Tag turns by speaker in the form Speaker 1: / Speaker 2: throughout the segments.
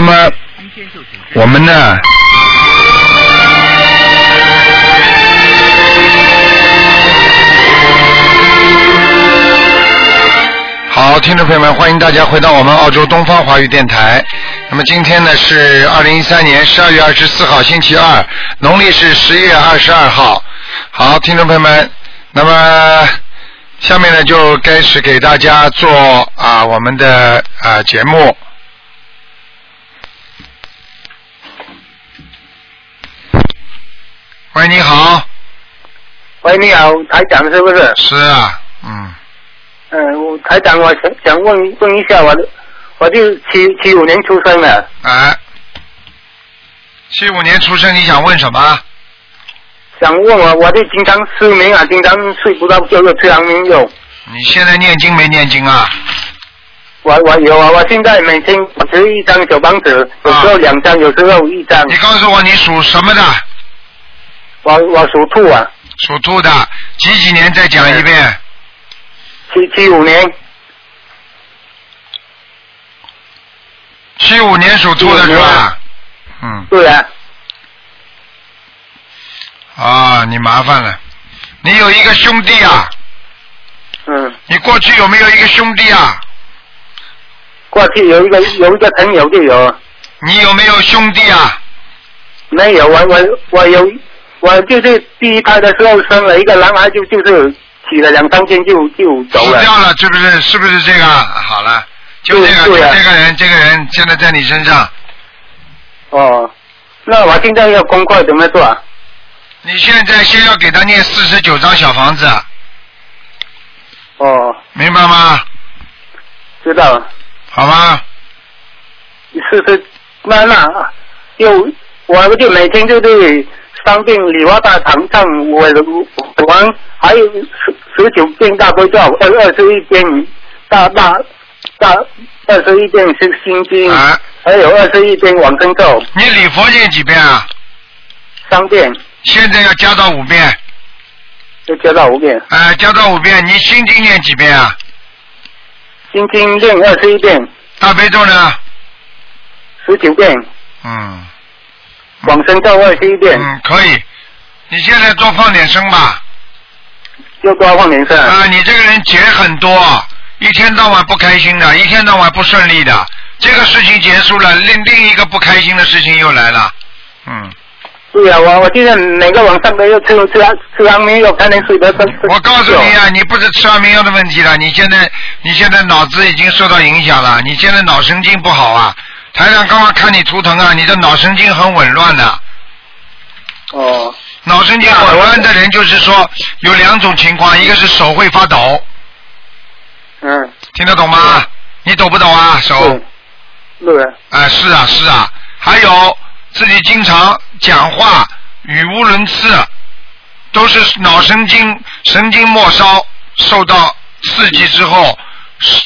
Speaker 1: 么我们呢？好，听众朋友们，欢迎大家回到我们澳洲东方华语电台。那么今天呢是二零一三年十二月二十四号，星期二，农历是十月二十二号。好，听众朋友们，那么下面呢就开始给大家做啊我们的啊节目。喂，你好，
Speaker 2: 喂，你好，台长是不是？
Speaker 1: 是啊，嗯，
Speaker 2: 嗯，我台长，我想想问问一下，我的我就七七五年出生的，
Speaker 1: 哎，七五年出生，你想问什么？
Speaker 2: 想问我我就经常失眠啊，经常睡不到觉，又吃安眠药。
Speaker 1: 你现在念经没念经啊？
Speaker 2: 我我有啊，我现在每天我吃一张小方子，有时候两张，有时候一张。
Speaker 1: 你告诉我你属什么的？
Speaker 2: 我我属兔啊，
Speaker 1: 属兔的，几几年？再讲一
Speaker 2: 嗯
Speaker 1: 遍。
Speaker 2: 七七五年，
Speaker 1: 七五年属兔的是
Speaker 2: 75
Speaker 1: 吧
Speaker 2: 年？
Speaker 1: 嗯，
Speaker 2: 对啊，
Speaker 1: 啊，你麻烦了。你有一个兄弟啊？
Speaker 2: 嗯，
Speaker 1: 你过去有没有一个兄弟啊？
Speaker 2: 过去有一个有一个朋友就有，
Speaker 1: 你有没有兄弟啊？
Speaker 2: 没有我我我有，我就是第一胎的时候生了一个男孩就，就是起了两三天就就走
Speaker 1: 死
Speaker 2: 了。
Speaker 1: 掉了，是不是？是不是这个？好了，就这个，
Speaker 2: 对
Speaker 1: 就
Speaker 2: 对啊
Speaker 1: 这个人，这个人现在在你身上。
Speaker 2: 哦，那我现在要功课怎么做啊？
Speaker 1: 你现在先要给他念四十九张小房子，
Speaker 2: 哦，
Speaker 1: 明白吗？
Speaker 2: 知道了，
Speaker 1: 好吗？
Speaker 2: 是是，那那就我就每天就是三遍礼花大肠唱我的王，还有十十九遍大悲咒，二二十一遍大大大二十一遍是心经，
Speaker 1: 啊，
Speaker 2: 还有二十一遍往生咒
Speaker 1: 你礼佛念几遍啊？
Speaker 2: 三遍，
Speaker 1: 现在要加到五遍，
Speaker 2: 就教到五遍，
Speaker 1: 啊、加到五遍。你心经念几遍啊？
Speaker 2: 心经念二十一遍，
Speaker 1: 大悲咒呢？
Speaker 2: 十九遍
Speaker 1: 嗯
Speaker 2: 往生咒二十一遍，
Speaker 1: 嗯，可以。你现在多放点声吧。
Speaker 2: 就多放点声。
Speaker 1: 啊、你这个人结很多，一天到晚不开心的，一天到晚不顺利的。这个事情结束了，另另一个不开心的事情又来了。嗯，
Speaker 2: 对呀、我我现在每个晚上都要吃吃安吃安眠药才能睡得更。
Speaker 1: 我告诉你啊，你不是吃安眠药的问题了，你现在你现在脑子已经受到影响了，你现在脑神经不好啊。台长刚刚看你图腾啊，你的脑神经很紊乱的、
Speaker 2: 哦
Speaker 1: 脑神经紊乱的人，就是说有两种情况，一个是手会发抖，
Speaker 2: 嗯，
Speaker 1: 听得懂吗？你抖不抖啊？手？
Speaker 2: 对，对，
Speaker 1: 啊、是啊，是啊。还有自己经常讲话语无伦次，都是脑神经神经末梢受到刺激之后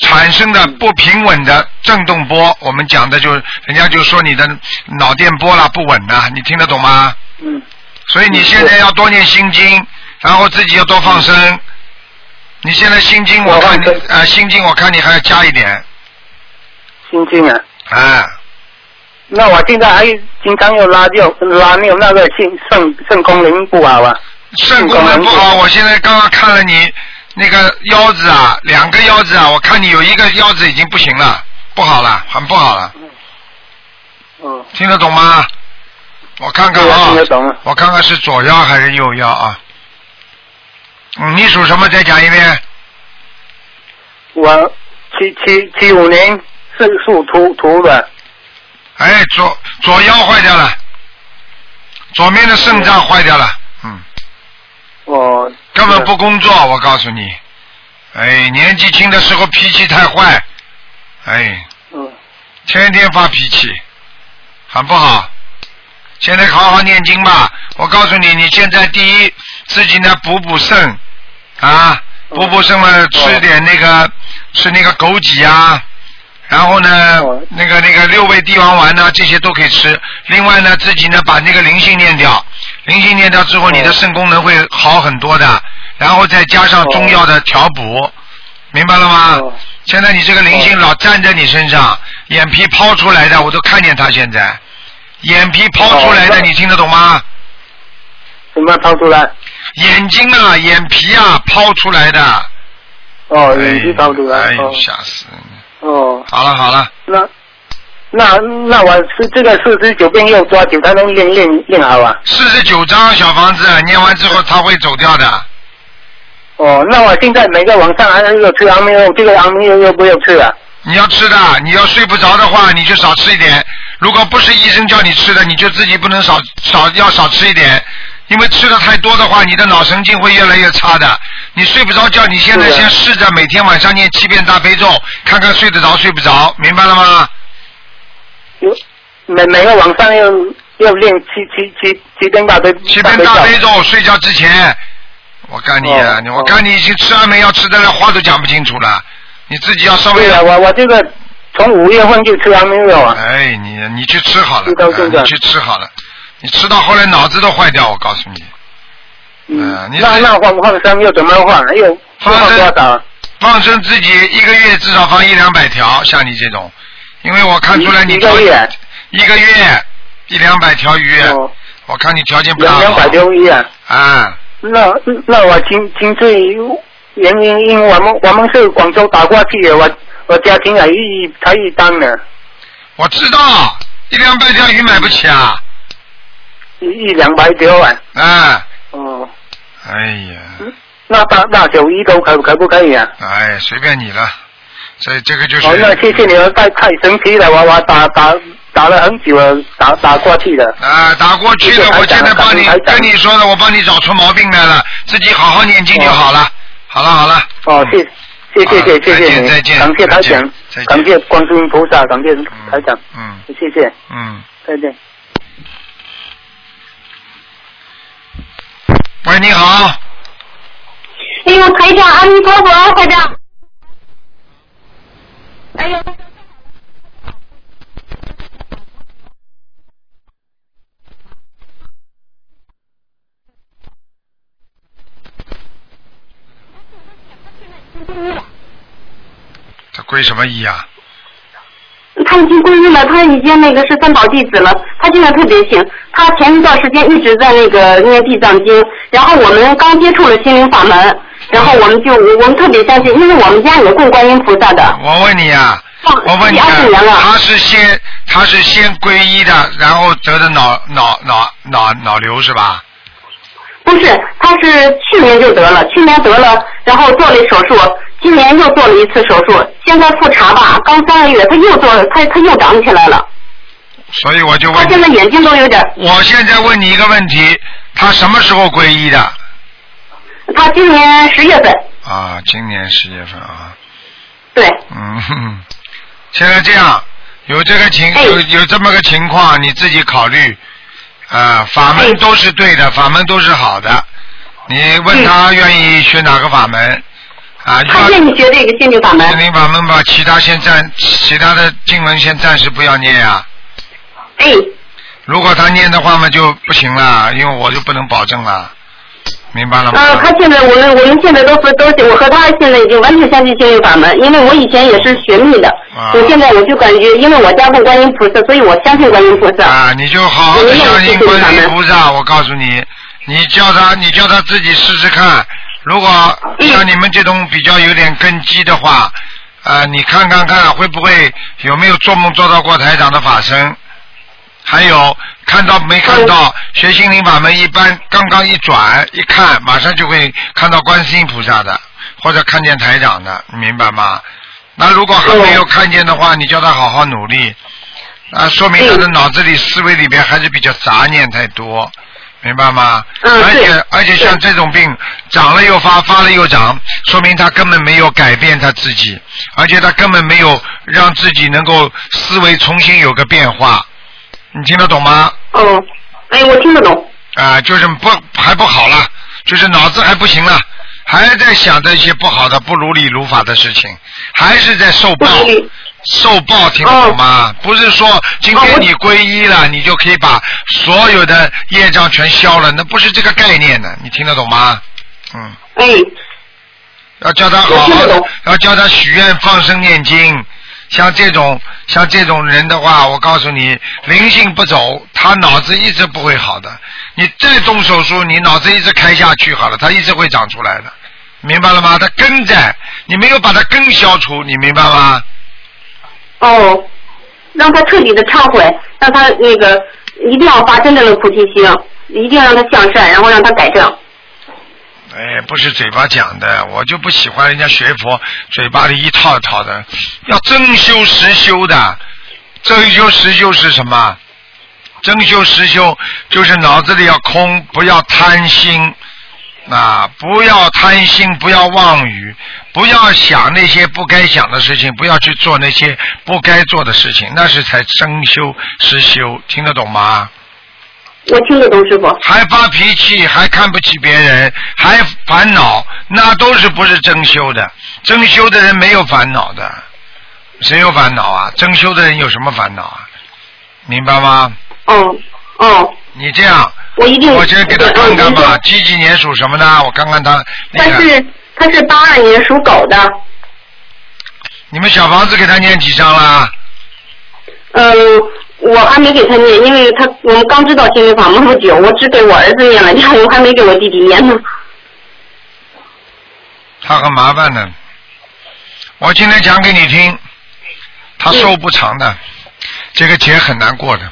Speaker 1: 产生的不平稳的震动波。我们讲的就是，人家就说你的脑电波啦不稳呐、你听得懂吗？
Speaker 2: 嗯
Speaker 1: 所以你现在要多念心经，然后自己要多放生。你现在心经我看你
Speaker 2: 嗯我放生
Speaker 1: 啊，心经我看你还要加一点，
Speaker 2: 心经啊。
Speaker 1: 啊，
Speaker 2: 那我现在还经常要拉尿拉尿那个肾肾肾功能不好啊。
Speaker 1: 肾功能不好。我现在刚刚看了你那个腰子啊，两个腰子啊，我看你有一个腰子已经不行了，不好了，很不好了，
Speaker 2: 嗯，
Speaker 1: 听得懂吗？我看看
Speaker 2: 对我
Speaker 1: 啊
Speaker 2: 听得懂了，
Speaker 1: 我看看是左腰还是右腰啊？嗯，你属什么？再讲一遍。
Speaker 2: 我七七七五年是属土土的，
Speaker 1: 哎，左左腰坏掉了，左面的肾脏坏掉了，嗯，
Speaker 2: 我
Speaker 1: 根本不工作，我告诉你，哎，年纪轻的时候脾气太坏，哎，
Speaker 2: 嗯
Speaker 1: 天天发脾气，很不好。现在好好念经吧，我告诉你，你现在第一自己呢补补肾，啊，
Speaker 2: 嗯
Speaker 1: 补补肾嘛，吃点那个吃那个枸杞啊，然后呢
Speaker 2: 哦，
Speaker 1: 那个那个六味地黄丸呐、啊这些都可以吃。另外呢，自己呢把那个灵性念掉，灵性念掉之后，你的
Speaker 2: 哦
Speaker 1: 肾功能会好很多的。然后再加上中药的调补，明白了吗？
Speaker 2: 哦
Speaker 1: 现在你这个灵性老站在你身上，眼皮抛出来的，我都看见他现在，眼皮抛出来的，
Speaker 2: 哦
Speaker 1: 你听得懂吗？
Speaker 2: 什么掏出来？
Speaker 1: 眼睛啊，眼皮啊，抛出来的。
Speaker 2: 哦，眼睛掏出
Speaker 1: 哎
Speaker 2: 来。
Speaker 1: 呦
Speaker 2: 哦，
Speaker 1: 吓死人了！
Speaker 2: 哦，
Speaker 1: 好了好了，
Speaker 2: 那那那我是这个四十九遍又抓九，他能练练练好啊？
Speaker 1: 四十九张小房子念完之后，他会走掉的。
Speaker 2: 哦，那我现在每个晚上还有吃安眠药，这个安眠药要不要吃啊？
Speaker 1: 你要吃的，你要睡不着的话，你就少吃一点。如果不是医生叫你吃的，你就自己不能少少要少吃一点，因为吃的太多的话，你的脑神经会越来越差的。你睡不着觉，你现在
Speaker 2: 是的
Speaker 1: 先试着每天晚上念七遍大悲咒，看看睡得着睡不着，明白了吗？
Speaker 2: 有每每个晚上要要练七七七七遍大悲
Speaker 1: 七遍大
Speaker 2: 咒
Speaker 1: 悲咒，睡觉之前，我看你啊，
Speaker 2: 哦
Speaker 1: 你我看你已经吃安眠药吃的连话都讲不清楚了，你自己要稍微
Speaker 2: 对啊
Speaker 1: 要
Speaker 2: 了，我我这个从五月份就吃安眠药啊。
Speaker 1: 哎，你你去吃好了
Speaker 2: 知，道
Speaker 1: 啊
Speaker 2: 现在
Speaker 1: 你去吃好了，你吃到后来脑子都坏掉，我告诉你，嗯你
Speaker 2: 那
Speaker 1: 是
Speaker 2: 那放放生又怎么放？还有
Speaker 1: 放
Speaker 2: 放
Speaker 1: 生
Speaker 2: 多少啊？
Speaker 1: 放生自己一个月至少放一两百条，像你这种，因为我看出来
Speaker 2: 一
Speaker 1: 你
Speaker 2: 一个月
Speaker 1: 一个月一两百条鱼，
Speaker 2: 哦，
Speaker 1: 我看你条件不大
Speaker 2: 两
Speaker 1: 好，
Speaker 2: 两百条鱼啊。
Speaker 1: 啊，
Speaker 2: 那那我亲亲自原因，因为我们我们是广州打过去的，我我家庭也一才一单呢，
Speaker 1: 我知道一两百条鱼买不起啊，
Speaker 2: 一一两百条啊。
Speaker 1: 啊，
Speaker 2: 哦，
Speaker 1: 哎呀，
Speaker 2: 那大大小鱼都可可不可以啊？
Speaker 1: 哎，随便你了，这这个就是，
Speaker 2: 哦，那谢谢你们，太太神奇了，我我打打打了很久了，打打过去的。
Speaker 1: 啊，打过去的，
Speaker 2: 谢谢台长
Speaker 1: 我现在帮你
Speaker 2: 感恩台长
Speaker 1: 跟你说的，我帮你找出毛病来了，自己好好念经就好了。好了好了，
Speaker 2: 哦，谢谢谢谢谢谢你，
Speaker 1: 嗯啊再见
Speaker 2: 感
Speaker 1: 再
Speaker 2: 谢台
Speaker 1: 见
Speaker 2: 长
Speaker 1: 再见，
Speaker 2: 感谢观世音菩萨，感谢
Speaker 1: 嗯
Speaker 2: 台长，
Speaker 1: 嗯
Speaker 2: 谢谢，
Speaker 1: 嗯，
Speaker 2: 再见。
Speaker 1: 喂，你好，
Speaker 3: 哎呦，台长，阿弥陀佛，台长。哎呦，
Speaker 1: 这归什么一啊？
Speaker 3: 他已经皈依了，他已经那个是三宝弟子了，他现在特别行。他前一段时间一直在那个念地藏经，然后我们刚接触了心灵法门，然后我们就我们特别相信，因为我们家也供观音菩萨的。
Speaker 1: 我问你啊，
Speaker 3: 放
Speaker 1: 我问你
Speaker 3: 第
Speaker 1: 啊
Speaker 3: 二十年，了
Speaker 1: 他是先他是先皈依的，然后得的脑脑脑脑脑瘤是吧？
Speaker 3: 不是，他是去年就得了，去年得了，然后做了手术，今年又做了一次手术，现在复查吧，刚三个月，他又做了，他他又长起来了，
Speaker 1: 所以我就
Speaker 3: 他
Speaker 1: 问
Speaker 3: 现
Speaker 1: 你，
Speaker 3: 在眼睛都有点，
Speaker 1: 我现在问你一个问题，他什么时候皈依的？
Speaker 3: 他今年十月份，
Speaker 1: 啊，今年十月份啊。
Speaker 3: 对，
Speaker 1: 嗯， 哼，现在这样，有这个情
Speaker 3: 哎
Speaker 1: 有有这么个情况，你自己考虑。啊、法门
Speaker 3: 哎嗯
Speaker 1: 都是对的，法门都是好的。你问他愿意学哪个法门？啊，
Speaker 3: 他
Speaker 1: 要
Speaker 3: 愿意学这个心理法门，
Speaker 1: 心灵法门吧，其他先暂，其他的经文先暂时不要念呀、
Speaker 3: 哎，
Speaker 1: 如果他念的话嘛，就不行了，因为我就不能保证了，明白了吗？
Speaker 3: 啊，他现在我们我们现在都是都是，我和他现在已经完全相信心理法门，因为我以前也是学密的，
Speaker 1: 啊
Speaker 3: 我现在我就感觉，因为我家供观音菩萨，所以我相信观音菩萨。
Speaker 1: 啊，你就好好的相信观世音菩萨，我告诉你，你叫他，你叫他自己试试看。如果像你们这种比较有点根基的话，啊、你看看看会不会有没有做梦做到过台长的法身？还有看到没看到？学心灵法门一般刚刚一转一看，马上就会看到观世音菩萨的，或者看见台长的，你明白吗？那如果还没有看见的话，你叫他好好努力，啊，说
Speaker 3: 嗯
Speaker 1: 明他的脑子里思维里边还是比较杂念太多，明白吗？
Speaker 3: 嗯
Speaker 1: 而
Speaker 3: 对
Speaker 1: 且而且像这种病长了又发，发了又长，说明他根本没有改变他自己，而且他根本没有让自己能够思维重新有个变化。你听得懂吗？
Speaker 3: 哦，哎，我听得懂。
Speaker 1: 啊、就是不还不好了，就是脑子还不行了，还在想着一些不好的、不如理如法的事情，还是在受报
Speaker 3: 不如理。
Speaker 1: 受报听得懂吗？不是说今
Speaker 3: 哦我
Speaker 1: 天你皈依了，你就可以把所有的业障全消了，那不是这个概念的，你听得懂吗？嗯，
Speaker 3: 哎，
Speaker 1: 要教他好好的，要教他许愿、放生、念经。像这种像这种人的话，我告诉你，灵性不走，他脑子一直不会好的。你再动手术，你脑子一直开下去好了，他一直会长出来的，明白了吗？他根在，你没有把它根消除，你明白吗？
Speaker 3: 哦，让他彻底的忏悔，让他那个一定要发真正的菩提心，一定让他向善，然后让他改正。
Speaker 1: 哎，不是嘴巴讲的，我就不喜欢人家学佛嘴巴里一套一套的，要真修实修的。真修实修是什么？真修实修就是脑子里要空，不要贪心啊，不要贪心，不要妄语，不要想那些不该想的事情，不要去做那些不该做的事情，那是才真修实修，听得懂吗？
Speaker 3: 我听得懂师傅。
Speaker 1: 还发脾气，还看不起别人，还烦恼，那都是不是真修的？真修的人没有烦恼的，谁有烦恼啊？真修的人有什么烦恼啊？明白吗？
Speaker 3: 嗯嗯。
Speaker 1: 你这样，
Speaker 3: 我一定。嗯
Speaker 1: 我先给他看看吧，几几年属什么的？我看看他。
Speaker 3: 他是他是八二年属狗的。
Speaker 1: 你们小房子给他念几张啦？
Speaker 3: 嗯。我还没给他念，因为他我们刚知道心灵法门不久，我只给我儿子念了，然后我还没给我弟弟念呢。
Speaker 1: 他很麻烦的，我今天讲给你听，他寿不长的，嗯、这个劫很难过的，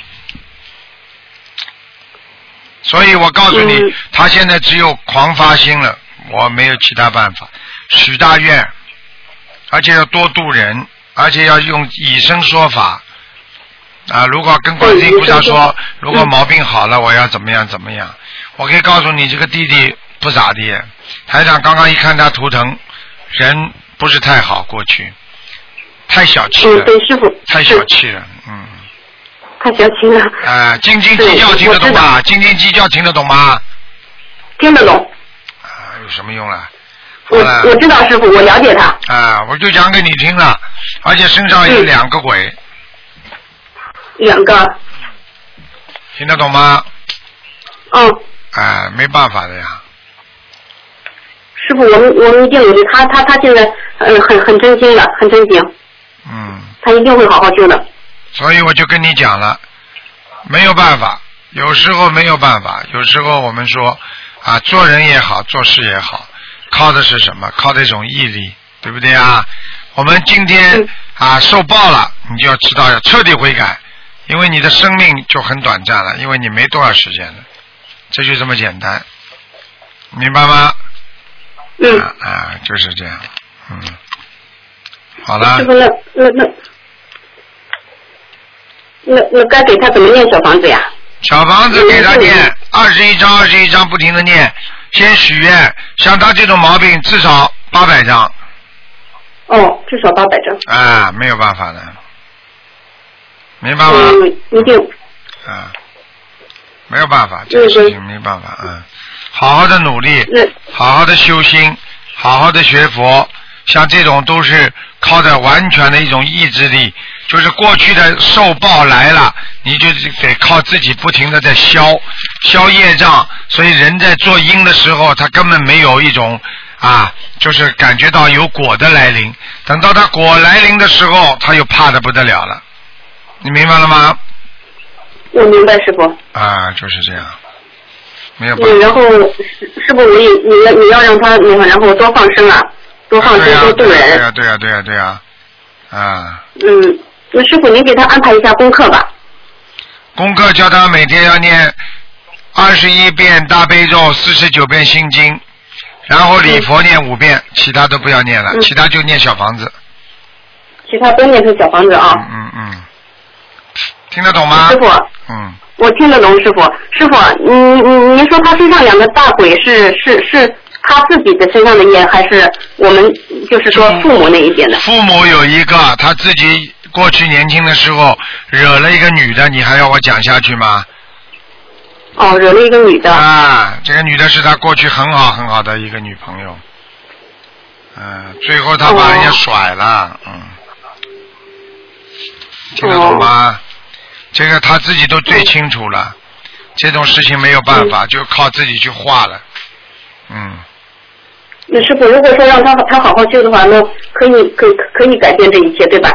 Speaker 1: 所以我告诉你，嗯、他现在只有狂发心了，我没有其他办法，许大愿，而且要多度人，而且要用以身说法。啊！如果跟观世音菩萨说，如果毛病好了，我要怎么样怎么样？我可以告诉你，这个弟弟不咋地。台长刚刚一看他图腾，人不是太好，过去太小气了。
Speaker 3: 嗯，对，师傅。
Speaker 1: 太小气了，嗯。
Speaker 3: 太小气了。
Speaker 1: 啊，斤斤计较听得懂吧？斤斤计较听得懂吗？
Speaker 3: 听得懂。
Speaker 1: 啊，有什么用啊？
Speaker 3: 我我知道师傅，我了解他。
Speaker 1: 啊，我就讲给你听了，而且身上有
Speaker 3: 嗯
Speaker 1: 两个鬼。
Speaker 3: 两个，
Speaker 1: 听得懂吗？
Speaker 3: 嗯。
Speaker 1: 哎，没办法的呀。
Speaker 3: 师傅，我们我们一定努力，他他他现在呃很很真心的，很真心。
Speaker 1: 嗯。
Speaker 3: 他一定会好好修的。
Speaker 1: 所以我就跟你讲了，没有办法，有时候没有办法，有时候我们说啊，做人也好，做事也好，靠的是什么？靠的一种毅力，对不对啊？我们今天、
Speaker 3: 嗯、
Speaker 1: 啊受报了，你就要知道要彻底悔改。因为你的生命就很短暂了，因为你没多少时间了，这就这么简单，明白吗？
Speaker 3: 嗯。
Speaker 1: 啊啊，就是这样，嗯，好了。
Speaker 3: 师傅，那那那那那该给他怎么念小房子呀？
Speaker 1: 小房子给他念二十一章，二十一章不停的念，先许愿，像他这种毛病至少八百张。
Speaker 3: 哦，至少八百张。
Speaker 1: 啊，没有办法的。明白吗？
Speaker 3: 嗯，一定。
Speaker 1: 啊，没有办法，这个事情没办法啊。好好的努力，好好的修心，好好的学佛，像这种都是靠着完全的一种意志力，就是过去的受报来了，你就得靠自己不停的在消消业障。所以人在做因的时候，他根本没有一种啊，就是感觉到有果的来临。等到他果来临的时候，他又怕的不得了了。你明白了吗？
Speaker 3: 我明白，师傅。
Speaker 1: 啊，就是这样，没有办
Speaker 3: 法。嗯，然后师师傅，你你要你要让他，然后多放生啊，多放生，多度人。
Speaker 1: 对呀、啊，对呀、啊，对呀、啊，对呀，啊。
Speaker 3: 嗯，那师傅，您给他安排一下功课吧。
Speaker 1: 功课叫他每天要念二十一遍大悲咒，四十九遍心经，然后礼佛念五遍，嗯、其他都不要念了，
Speaker 3: 嗯、
Speaker 1: 其他就念小房子。
Speaker 3: 其他都念成小房子啊。
Speaker 1: 嗯嗯。嗯听得懂吗？
Speaker 3: 师傅，
Speaker 1: 嗯，
Speaker 3: 我听得懂，师傅。师傅，您您您说他身上两个大鬼是是是他自己的身上的业，还是我们就是说父母那一边的？
Speaker 1: 父母有一个，他自己过去年轻的时候惹了一个女的，你还要我讲下去吗？
Speaker 3: 哦，惹了一个女的。
Speaker 1: 啊，这个女的是他过去很好很好的一个女朋友，嗯、啊，最后他把人家甩了，哦、嗯，听得懂吗？
Speaker 3: 哦
Speaker 1: 这个他自己都最清楚了，嗯、这种事情没有办法，
Speaker 3: 嗯、
Speaker 1: 就靠自己去化了。嗯。
Speaker 4: 那师傅，如果说让他他好好修的话，那可以可以可以改变这一切，对吧？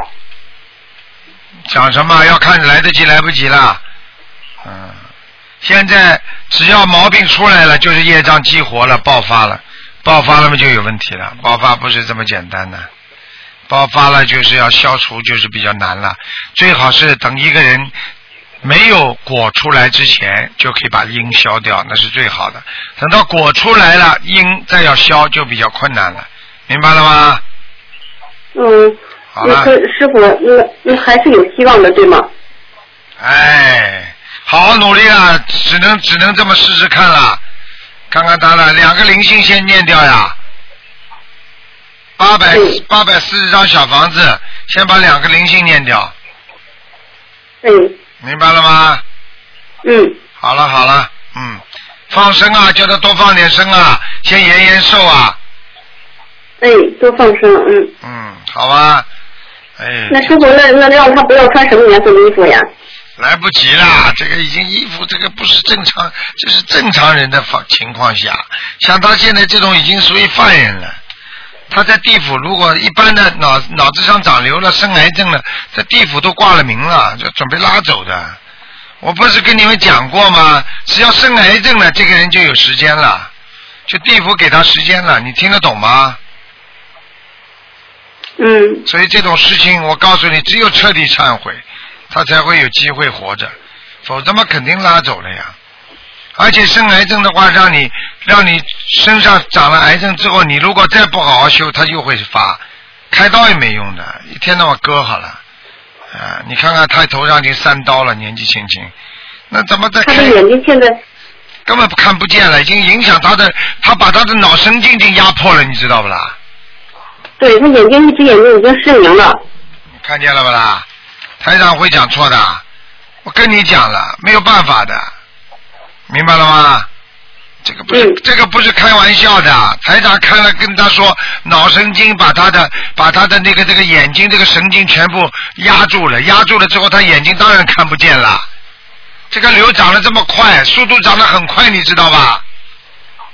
Speaker 1: 讲什么？要看来得及来不及啦。嗯，现在只要毛病出来了，就是业障激活了，爆发了，爆发了嘛就有问题了。爆发不是这么简单的，爆发了就是要消除，就是比较难了。最好是等一个人没有果出来之前，就可以把因消掉，那是最好的。等到果出来了，因再要消就比较困难了，明白了吗？
Speaker 4: 嗯，
Speaker 1: 好
Speaker 4: 那
Speaker 1: 了
Speaker 4: 可。师傅，那那还是有希望的，对吗？
Speaker 1: 哎，好好努力啊，只能只能这么试试看了，看看他了，两个灵性先念掉呀，八百
Speaker 4: 嗯
Speaker 1: 八百四十张小房子，先把两个灵性念掉，
Speaker 4: 嗯
Speaker 1: 明白了吗？
Speaker 4: 嗯
Speaker 1: 好了好了，嗯，放生啊，叫他多放点生啊，先延延寿啊，
Speaker 4: 哎，多放生，嗯。
Speaker 1: 嗯，好吧，哎，
Speaker 4: 那师傅，那那让他不要穿什么颜色的衣服呀？
Speaker 1: 来不及啦，这个已经衣服这个不是正常，这是正常人的方情况下，像他现在这种已经属于犯人了。他在地府如果一般的脑脑子上长瘤了、生癌症了，在地府都挂了名了，就准备拉走的。我不是跟你们讲过吗？只要生癌症了，这个人就有时间了，就地府给他时间了，你听得懂吗？
Speaker 4: 嗯
Speaker 1: 所以这种事情，我告诉你，只有彻底忏悔，他才会有机会活着，否则嘛肯定拉走了呀。而且生癌症的话，让你让你身上长了癌症之后，你如果再不好好修，它又会发，开刀也没用的，一天到晚割好了。啊，你看看他头上已经三刀了，年纪轻轻，那怎 么再
Speaker 4: 他
Speaker 1: 开
Speaker 4: 的？眼睛现在，
Speaker 1: 根本看不见了，已经影响他的，他把他的脑神经已经压迫了，你知道不啦？
Speaker 4: 对他眼睛一只眼睛已经失明了。
Speaker 1: 看见了不啦？台长会讲错的，我跟你讲了，没有办法的，明白了吗？这个不是、
Speaker 4: 嗯
Speaker 1: 这个不是开玩笑的，台长看了跟他说，脑神经把他的把他的那个这个眼睛这个神经全部压住了，压住了之后他眼睛当然看不见了。这个瘤长得这么快，速度长得很快，你知道吧？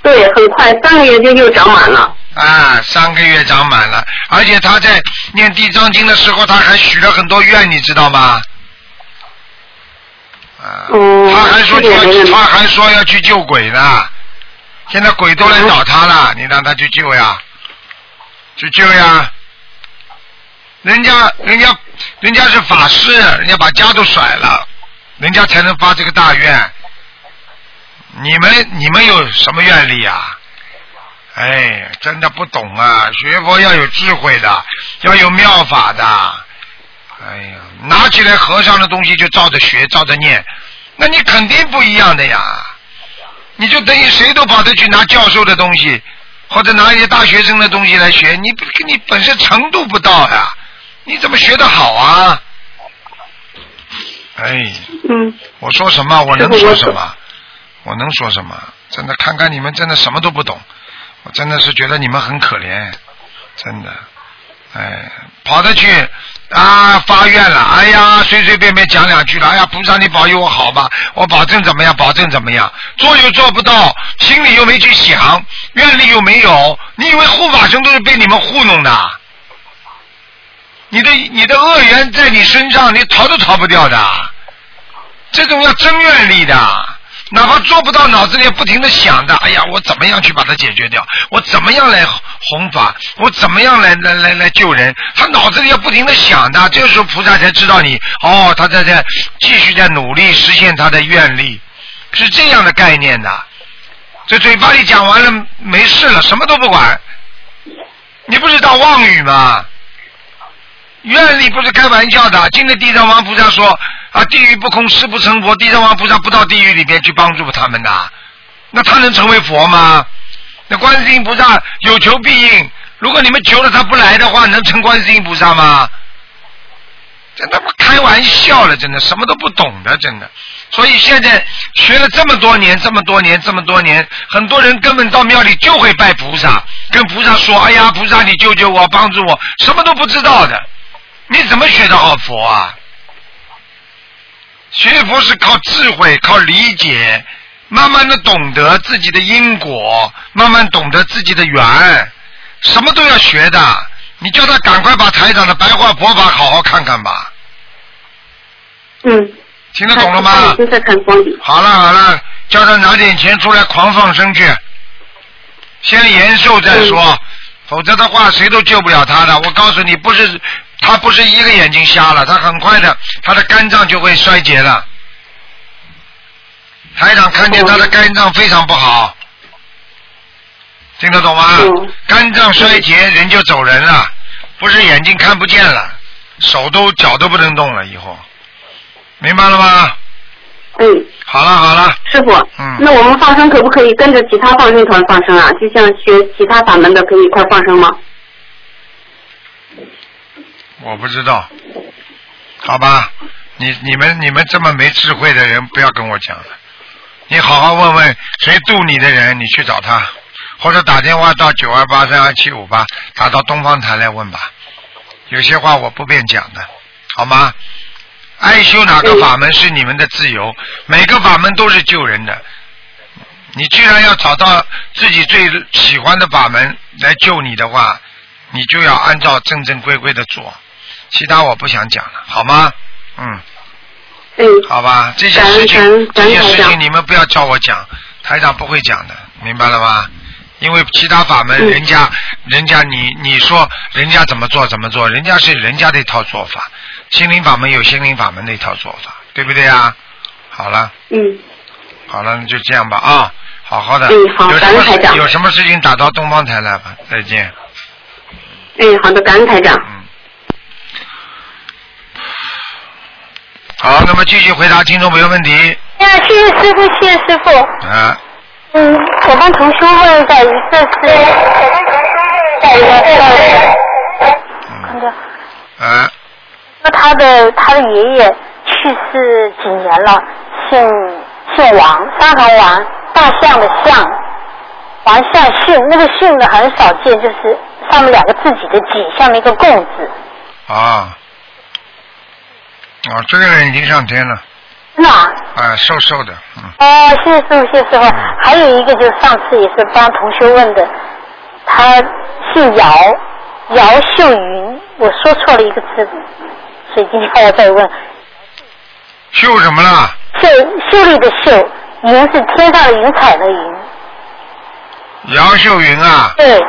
Speaker 4: 对，很快三个月就又长满了。
Speaker 1: 啊，三个月长满了，而且他在念地藏经的时候，他还许了很多愿，你知道吗？啊，
Speaker 4: 哦
Speaker 3: 嗯
Speaker 1: 他还说
Speaker 4: 这个
Speaker 1: 要
Speaker 4: 人
Speaker 1: 他还说要去救鬼呢，现在鬼都来找他了，你让他去救呀，去救呀。人家，人家，人家是法师，人家把家都甩了，人家才能发这个大愿。你们，你们有什么愿力啊？哎，真的不懂啊！学佛要有智慧的，要有妙法的。哎呀，拿起来和尚的东西就照着学，照着念，那你肯定不一样的呀。你就等于谁都跑着去拿教授的东西，或者拿一些大学生的东西来学，你不你本身程度不到呀，你怎么学得好啊？哎，
Speaker 4: 嗯，
Speaker 1: 我说什么，我能
Speaker 4: 师傅
Speaker 1: 说
Speaker 4: 我
Speaker 1: 什么？我能说什么？真的，看看你们真的什么都不懂，我真的是觉得你们很可怜，真的，哎，跑得去啊发愿了，哎呀，随随便便讲两句了，哎呀，菩萨你保佑我好吧，我保证怎么样，保证怎么样，做又做不到，心里又没去想，愿力又没有，你以为护法神都是被你们糊弄的？你的你的恶缘在你身上，你逃都逃不掉的。这种要真愿力的，哪怕做不到，脑子里也不停的想的，哎呀，我怎么样去把它解决掉？我怎么样来弘法？我怎么样来来来来救人？他脑子里要不停的想的，这个时候菩萨才知道你哦，他在在继续在努力实现他的愿力，是这样的概念的。这嘴巴里讲完了没事了，什么都不管，你不知道妄语吗？愿力不是开玩笑的。今天地藏王菩萨说啊，地狱不空，誓不成佛。地藏王菩萨不到地狱里边去帮助他们的，那他能成为佛吗？那观世音菩萨有求必应，如果你们求了他不来的话，能成观世音菩萨吗？真他妈开玩笑了，真的什么都不懂的，真的。所以现在学了这么多年，这么多年，这么多年，很多人根本到庙里就会拜菩萨，跟菩萨说：“哎呀，菩萨你救救我，帮助我。”什么都不知道的，你怎么学得好佛啊？学佛是靠智慧，靠理解，慢慢的懂得自己的因果，慢慢懂得自己的缘，什么都要学的。你叫他赶快把台长的白话佛法好好看看吧，
Speaker 3: 嗯，
Speaker 1: 听得懂了吗
Speaker 3: 已？经在看光里。
Speaker 1: 好了好了，叫他拿点钱出来狂放生去，先延寿再说，否则的话谁都救不了他的。我告诉你，不是他不是一个眼睛瞎了，他很快的他的肝脏就会衰竭了。台长看见他的肝脏非常不好，听得懂吗
Speaker 4: 哦
Speaker 3: 嗯？
Speaker 1: 肝脏衰竭人就走人了，不是眼睛看不见了，手都脚都不能动了，以后明白了吗？
Speaker 4: 哎
Speaker 3: 嗯，
Speaker 1: 好了好了。
Speaker 3: 师傅，
Speaker 1: 嗯
Speaker 3: 那我们放生可不可以跟着其他放生团放生啊？就像学其他法门的可以一块放生吗？
Speaker 1: 我不知道，好吧，你你们你们这么没智慧的人，不要跟我讲了。你好好问问谁渡你的人，你去找他，或者打电话到九二八三二七五八，打到东方台来问吧。有些话我不便讲的，好吗？爱修哪个法门是你们的自由，每个法门都是救人的。你既然要找到自己最喜欢的法门来救你的话，你就要按照正正规规的做，其他我不想讲了，好吗？嗯，
Speaker 4: 哎
Speaker 3: 嗯，
Speaker 1: 好吧，这些
Speaker 3: 感恩
Speaker 1: 事情
Speaker 3: 感恩，
Speaker 1: 这
Speaker 3: 感恩
Speaker 1: 些事
Speaker 3: 台
Speaker 1: 情
Speaker 3: 长
Speaker 1: 你们不要叫我讲，台长不会讲的，明白了吗？因为其他法门，
Speaker 3: 嗯
Speaker 1: 人家，人家你你说人家怎么做怎么做，人家是人家的一套做法，心灵法门有心灵法门的一套做法，对不对啊？好了，
Speaker 3: 嗯，
Speaker 1: 好了，那就这样吧啊，好好的，
Speaker 3: 嗯好
Speaker 1: 有什
Speaker 3: 感恩台
Speaker 1: 么
Speaker 3: 长
Speaker 1: 有什么事情打到东方台来吧，再见。
Speaker 3: 哎，好的，感恩台长。
Speaker 1: 嗯，好，那么继续回答听众朋友问题。
Speaker 5: 那哎谢谢师傅，谢谢师傅。
Speaker 1: 啊，
Speaker 5: 嗯，我帮同修问一下一个是。看
Speaker 1: 嗯，
Speaker 5: 着，
Speaker 1: 啊，
Speaker 5: 那他的他的爷爷去世几年了，姓姓王，三横王，大象的象，王象训，那个训呢很少见，就是上面两个自己的己，下面一个共字。
Speaker 1: 啊，哦，这个人已经上天了，
Speaker 5: 那
Speaker 1: 啊，瘦瘦的，嗯，
Speaker 5: 哦，谢谢师傅，谢谢师傅。还有一个就是上次也是帮同学问的，他姓姚，姚秀云，我说错了一个字，所以今天我再问，
Speaker 1: 秀什么了？
Speaker 5: 秀秀丽的秀，云是天上的云彩的云，
Speaker 1: 姚秀云啊，
Speaker 5: 对，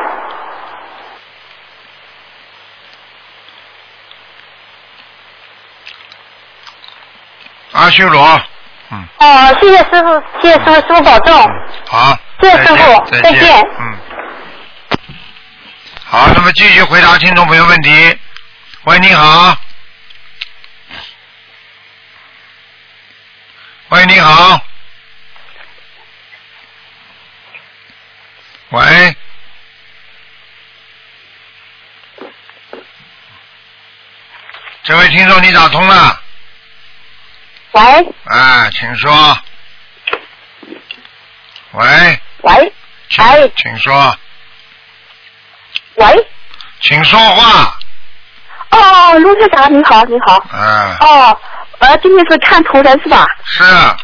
Speaker 1: 阿修罗，嗯，
Speaker 5: 哦，谢谢师傅，谢谢师傅，师傅保重。
Speaker 1: 好，
Speaker 5: 谢谢
Speaker 1: 再
Speaker 5: 师
Speaker 1: 见
Speaker 5: 傅
Speaker 1: 再
Speaker 5: 再见
Speaker 1: 嗯。好，那么继续回答听众朋友问题。喂，你好。喂，你好。喂。这位听众，你打通了，
Speaker 5: 喂
Speaker 1: 哎，请说。喂，
Speaker 5: 喂
Speaker 1: 请
Speaker 5: 哎
Speaker 1: 请说，
Speaker 5: 喂，
Speaker 1: 请说话，
Speaker 5: 哦，卢队长你好，你好，
Speaker 1: 啊，
Speaker 5: 哦，呃，今天是看图人是吧？
Speaker 1: 是，啊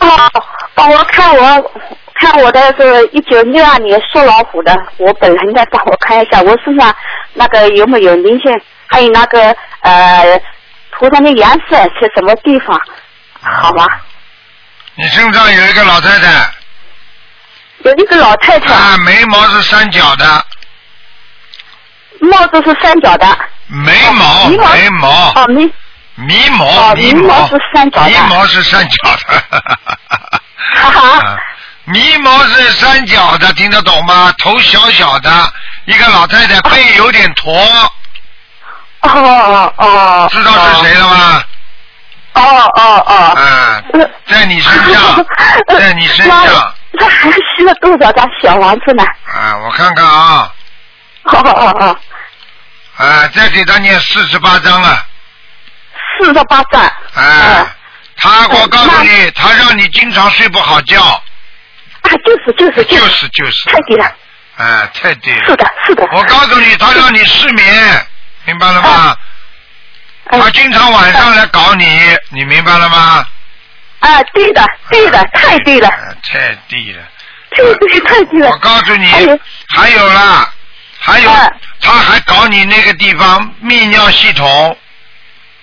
Speaker 5: 哦，哦，我看我看我的是一九六二年属老虎的，我本人的，帮我看一下我身上那个有没有灵性，还有那个呃图腾的颜色是什么地方，好吧？
Speaker 1: 你身上有一个老太太，
Speaker 5: 有一个老太太，
Speaker 1: 啊，眉毛是三角的，
Speaker 5: 帽子是三角的，
Speaker 1: 眉毛，
Speaker 5: 迷茫
Speaker 1: 眉毛，
Speaker 5: 哦，没
Speaker 1: 迷毛，
Speaker 5: 哦
Speaker 1: 迷
Speaker 5: 迷
Speaker 1: 毛
Speaker 5: 毛是三角的
Speaker 1: 迷毛是三角的，
Speaker 5: 哈
Speaker 1: 啊
Speaker 5: 哈，
Speaker 1: 迷毛是三角的，听得懂吗？头小小的，一个老太太，背有点驼，
Speaker 5: 哦哦，
Speaker 1: 知道是谁了吗？
Speaker 5: 哦？哦哦哦，
Speaker 1: 啊，在你身 上，在你身上，
Speaker 5: 那还需要多少张小王子呢？
Speaker 1: 啊，我看看啊，
Speaker 5: 哦哦哦，
Speaker 1: 啊，再给他念四十八章啊。
Speaker 5: 四十八张，
Speaker 1: 哎
Speaker 5: 嗯，
Speaker 1: 他我告诉你，他让你经常睡不好觉，
Speaker 5: 啊，就是就是
Speaker 1: 就
Speaker 5: 就是
Speaker 1: 就是，
Speaker 5: 太低了。
Speaker 1: 哎，太对
Speaker 5: 是
Speaker 1: 了。
Speaker 5: 的，是的。
Speaker 1: 我告诉你，他让你失眠，明白了吗？
Speaker 5: 哎
Speaker 1: 他经常晚上来搞你，你明白了吗？
Speaker 3: 啊，对的，对的，太对了，
Speaker 1: 呃太低了。
Speaker 3: 对对，太对了。哎
Speaker 1: 我告诉你
Speaker 3: 还有，
Speaker 1: 还有啦，还有
Speaker 3: 哎，
Speaker 1: 他还搞你那个地方泌尿系统，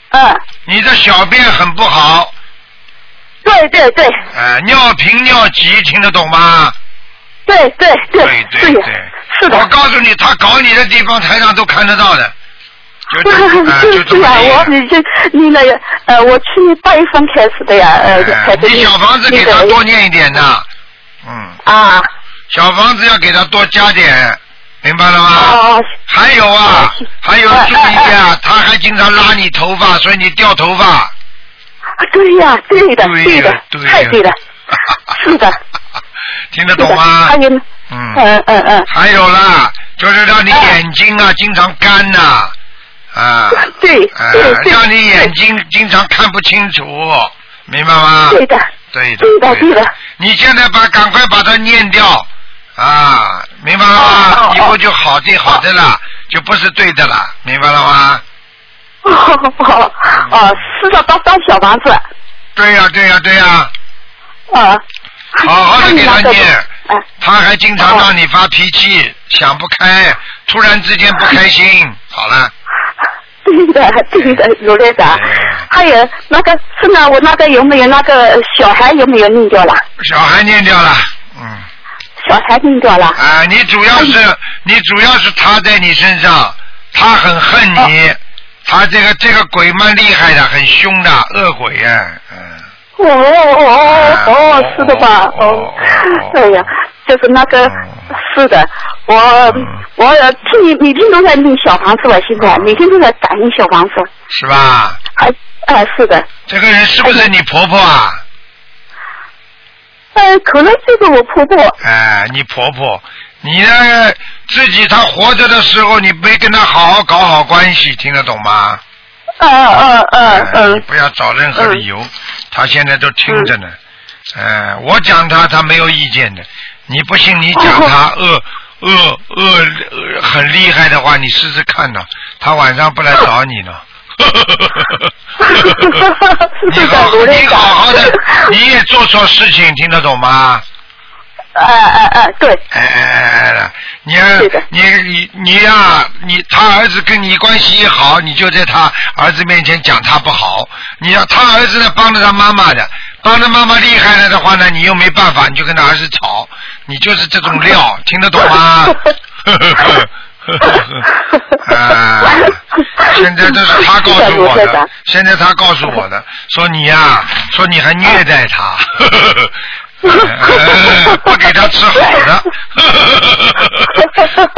Speaker 3: 嗯，
Speaker 1: 你的小便很不好，
Speaker 3: 对对对
Speaker 1: 呃，尿频尿急，听得懂吗？
Speaker 3: 对对
Speaker 1: 对
Speaker 3: 对
Speaker 1: 对，
Speaker 3: 是的
Speaker 1: 我。告诉你，他搞你的地方，台上都看得到的，就这啊，就这
Speaker 3: 是呀，
Speaker 1: 么
Speaker 3: 我
Speaker 1: 地
Speaker 3: 已经你那个呃，我去年八月份开始的呀，呃，开
Speaker 1: 哎
Speaker 3: 始
Speaker 1: 你小房子给他多念一点的，嗯，
Speaker 3: 啊，
Speaker 1: 小房子要给他多加点，明白了吗？
Speaker 3: 哦，
Speaker 1: 还有啊，还有注意
Speaker 3: 哎
Speaker 1: 啊，他还经常拉你头发，所以你掉头发。
Speaker 3: 对呀，对的，
Speaker 1: 对呀
Speaker 3: 的，
Speaker 1: 对呀
Speaker 3: 太对了，是的，
Speaker 1: 听得
Speaker 3: 是
Speaker 1: 懂
Speaker 3: 的，
Speaker 1: 吗
Speaker 3: 还？有呢，
Speaker 1: 嗯，
Speaker 3: 嗯嗯嗯，
Speaker 1: 还有啦，就是让你
Speaker 3: 哎
Speaker 1: 眼睛啊经常干呐，啊，
Speaker 3: 对
Speaker 1: 啊
Speaker 3: 对对，
Speaker 1: 让你眼睛经常看不清楚，明白吗？
Speaker 3: 对的，
Speaker 1: 对的
Speaker 3: 对的，对的，
Speaker 1: 你现在把赶快把它念掉啊，明白了吗
Speaker 3: 哦哦？
Speaker 1: 以后就好的好的了，就不是对的了，明白了吗？
Speaker 3: 哦哦哦，是的，当当小房子，
Speaker 1: 对呀、对呀、对呀、
Speaker 3: 啊，
Speaker 1: 好好地给他
Speaker 3: 那你那个
Speaker 1: 念
Speaker 3: 哎，
Speaker 1: 他还经常让你发脾气，想不开，突然之间不开心。好了，
Speaker 3: 对的，对的，有那个
Speaker 1: 哎，
Speaker 3: 还有那个是呢，我那个有没有那个小孩有没有弄掉了？
Speaker 1: 小孩念掉了，嗯，
Speaker 3: 小孩弄掉了。
Speaker 1: 啊，你主要是你主要是他在你身上，他很恨你，他这个这个鬼蛮厉害的，很凶的恶鬼呀、嗯。
Speaker 3: 哦哦哦哦，是的吧？哦，哎呀，就是那个，是的，我我听你每天都在弄小房子吧，现在每天都在打印小房子，
Speaker 1: 是吧？
Speaker 3: 哎哎，是的，
Speaker 1: 这个人是不是你婆婆啊？
Speaker 3: 哎，可能就是我婆婆，
Speaker 1: 哎，你婆婆，你呢自己她活着的时候，你没跟她好好搞好关系，听得懂吗？
Speaker 3: 嗯嗯嗯
Speaker 1: 哎你
Speaker 3: 嗯，
Speaker 1: 不要找任何理由，她现在都听着呢。哎，我讲她，她没有意见的。你不信，你讲 她恶恶恶恶很厉害的话，你试试看呢。她晚上不来找你 呢。 你好，你好好的，你也做错事情，听得懂吗？
Speaker 3: 哎哎哎，对，
Speaker 1: 哎哎哎哎，你呀
Speaker 3: 是的
Speaker 1: 你你你呀、你他儿子跟你关系一好，你就在他儿子面前讲他不好。你要他儿子呢帮着他妈妈的，帮着妈妈厉害了的话呢，你又没办法，你就跟他儿子吵，你就是这种料，听得懂吗？呵呵呵。啊！现在都是他告诉我的，现在他告诉我的，说你呀、说你还虐待他，呃不给他吃好的，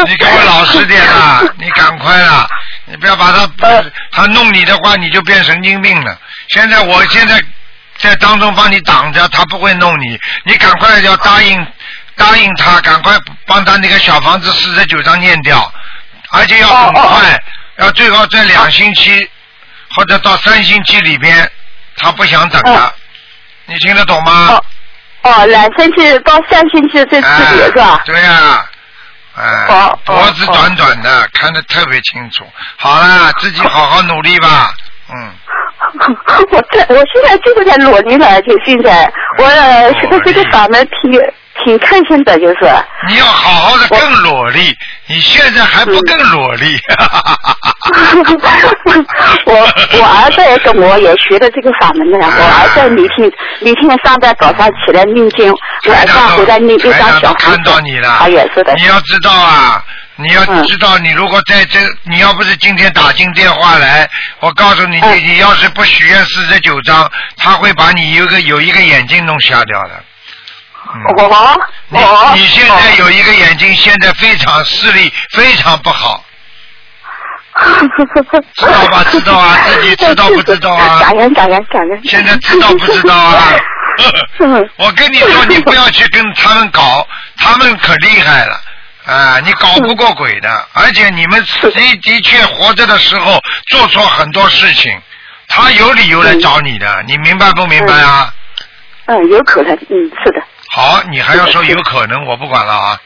Speaker 1: 你给我老实点啦，你赶快啦，你不要把他他弄你的话，你就变神经病了。现在我现在在当中帮你挡着，他不会弄你，你赶快要答应答应他，赶快帮他那个小房子四十九张念掉，而且要很
Speaker 3: 哦
Speaker 1: 快，要最好在两星期、或者到三星期里边，他不想等了，
Speaker 3: 哦
Speaker 1: 你听得懂吗？
Speaker 3: 哦哦，两星期到三星期这
Speaker 1: 哎
Speaker 3: 四节是吧？
Speaker 1: 对呀、哎、
Speaker 3: 哦哦
Speaker 1: 脖子短短的，看得特别清楚。好了，自己好好努力吧。嗯，
Speaker 3: 我在我现在就是在裸离了，就现在我呃觉得这个法门挺挺开心的，就是
Speaker 1: 你要好好的更努力，你现在还不更努 力？
Speaker 3: 我我儿子也跟我也学的这个法门的，我儿子每天每天上班早上起来念经，晚上回来念一张
Speaker 1: 台
Speaker 3: 小
Speaker 1: 长都
Speaker 3: 房
Speaker 1: 看
Speaker 3: 子
Speaker 1: 到你了，，
Speaker 3: 他也是的，
Speaker 1: 你要知道啊，你要
Speaker 3: 嗯
Speaker 1: 知道，你如果在这，你要不是今天打进电话来，我告诉你，
Speaker 3: 嗯
Speaker 1: 你你要是不许愿四十九章，他会把你有一个有一个眼睛弄瞎掉的。嗯
Speaker 3: 我
Speaker 1: 你
Speaker 3: 我
Speaker 1: 你现在有一个眼睛，现在非常视力非常不好，知道吧知道啊自己知道不知道啊
Speaker 3: 感恩感恩感恩，
Speaker 1: 现在知道不知道 啊
Speaker 3: 嗯？
Speaker 1: 我跟你说，你不要去跟他们搞，他们可厉害了。啊，你搞不过鬼的，而且你们的的确活着的时候做错很多事情，他有理由来找你的，你明白不明白啊？
Speaker 3: 嗯，有可能，嗯，是的。
Speaker 1: 好，你还要说有可能，我不管了啊！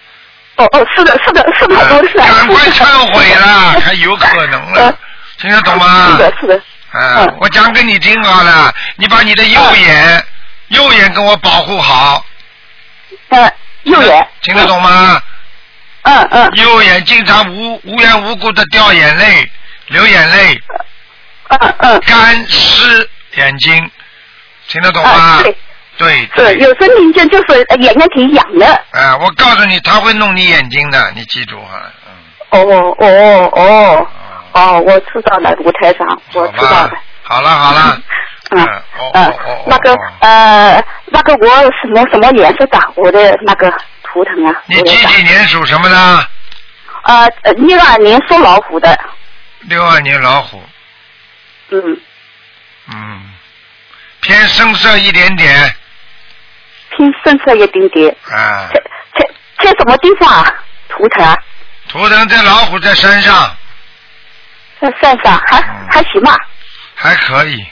Speaker 3: 哦哦，是的，是的，是的，
Speaker 1: 呃
Speaker 3: 我是的。啊
Speaker 1: 赶快忏悔 啦，还有可能了
Speaker 3: 呃，
Speaker 1: 听得懂吗？
Speaker 3: 是的，是的，
Speaker 1: 啊，我讲给你听好了，你把你的右眼右眼给我保护好。
Speaker 3: 呃，右眼。
Speaker 1: 听得懂吗？
Speaker 3: 嗯嗯
Speaker 1: 右眼经常无无缘无故的掉眼泪、流眼泪，
Speaker 3: 嗯嗯，
Speaker 1: 干湿眼睛，听得懂
Speaker 3: 啊
Speaker 1: 吗？
Speaker 3: 对
Speaker 1: 对
Speaker 3: 是有时候明显就是呃眼睛挺痒的。
Speaker 1: 哎、我告诉你，他会弄你眼睛的，你记住啊。嗯
Speaker 3: 哦哦哦哦
Speaker 1: 嗯，
Speaker 3: 哦，我知道了，吴台长，我
Speaker 1: 好
Speaker 3: 知道
Speaker 1: 吧
Speaker 3: 了。，
Speaker 1: 好了好了，
Speaker 3: 嗯
Speaker 1: 嗯哦
Speaker 3: 嗯
Speaker 1: 哦哦，
Speaker 3: 那个
Speaker 1: 哦
Speaker 3: 呃，那个我什么什么颜色的？我的那个图腾啊，
Speaker 1: 你
Speaker 3: 我的
Speaker 1: 几几年属什么的？
Speaker 3: 呃，呃六二年属老虎的，
Speaker 1: 六二年老虎，
Speaker 3: 嗯，
Speaker 1: 嗯，偏深色一点点，
Speaker 3: 偏深色一点点。
Speaker 1: 啊，
Speaker 3: 在在在什么地方啊？图腾啊，
Speaker 1: 图腾在老虎在山上，
Speaker 3: 在山上还
Speaker 1: 嗯
Speaker 3: 还行吧。
Speaker 1: 还可以，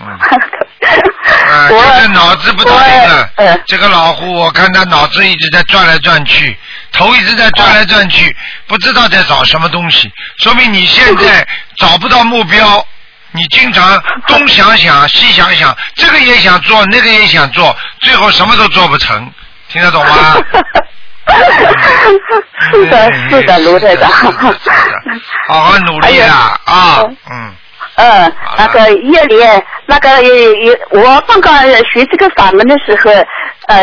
Speaker 1: 嗯。啊，
Speaker 3: 我
Speaker 1: 就是脑子不大灵了
Speaker 3: 我。呃
Speaker 1: 这个老虎，我看他脑子一直在转来转去，头一直在转来转去，不知道在找什么东西，说明你现 在找不到目标。你经常东想想西想想，这个也想做，那个也想做，最后什么都做不成，听得懂 吗？
Speaker 3: 是的，
Speaker 1: 嗯
Speaker 3: 是的，卢队
Speaker 1: 是的
Speaker 3: 长。哎
Speaker 1: 是的好好努力啊啊
Speaker 3: 嗯，
Speaker 1: 嗯，
Speaker 3: 嗯，那个夜里，那个也也，我刚刚学这个法门的时候，呃，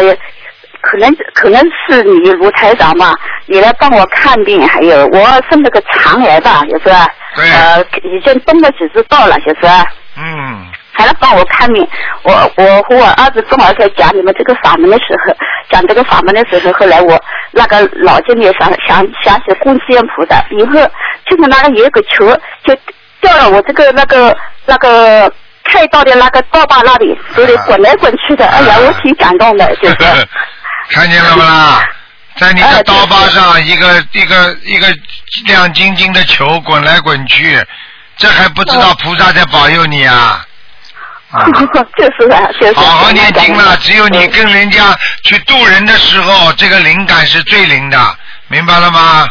Speaker 3: 可能可能是你卢台长嘛，你来帮我看病，还有我生了个肠癌吧，就是啊
Speaker 1: 对
Speaker 3: 呃，已经动了几次刀了，就是啊
Speaker 1: 嗯，
Speaker 3: 还来帮我看病。我我和我儿子跟我在讲你们这个法门的时候，讲这个法门的时候，后来我那个脑筋里想想想起观世音菩萨，以后就是那个有一个球就掉到我这个那个那个菜刀的那个刀把那里，手里滚来滚去的，哎呀，我挺感动的，就是。
Speaker 1: 看见了不啦？在你的
Speaker 3: 哎对
Speaker 1: 刀疤上，一个一个一个亮晶晶的球滚来滚去，这还不知道菩萨在保佑你啊！啊
Speaker 3: 就是啊，就是啊。
Speaker 1: 好好念经
Speaker 3: 了
Speaker 1: 了，，只有你跟人家去渡人的时候，这个灵感是最灵的，明白了吗？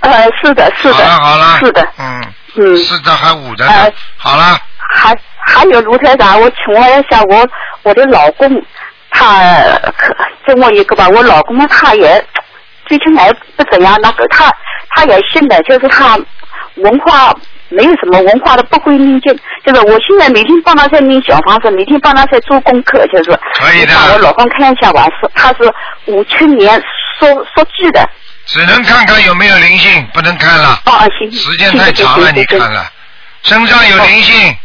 Speaker 3: 呃，是的，是
Speaker 1: 好
Speaker 3: 的
Speaker 1: 了，好了，
Speaker 3: 是的，
Speaker 1: 嗯，
Speaker 3: 嗯。
Speaker 1: 四的还五的呢
Speaker 3: 哎，
Speaker 1: 好了，
Speaker 3: 还还有卢台长，我请问一下，我我的老公他呃可再问一个吧，我老公呢他也最近还不怎样，那个他他也信的，就是他文化没有什么文化的不归命境，就是我现在每天帮他在念小房子，每天帮他在做功课，就是
Speaker 1: 可以的
Speaker 3: 你看我老公看一下吧，是他是五七年说说句的，
Speaker 1: 只能看看有没有灵性，不能看了，
Speaker 3: 哦，行，
Speaker 1: 时间太长 了，你
Speaker 3: 行行行行
Speaker 1: 看了，身上有灵性，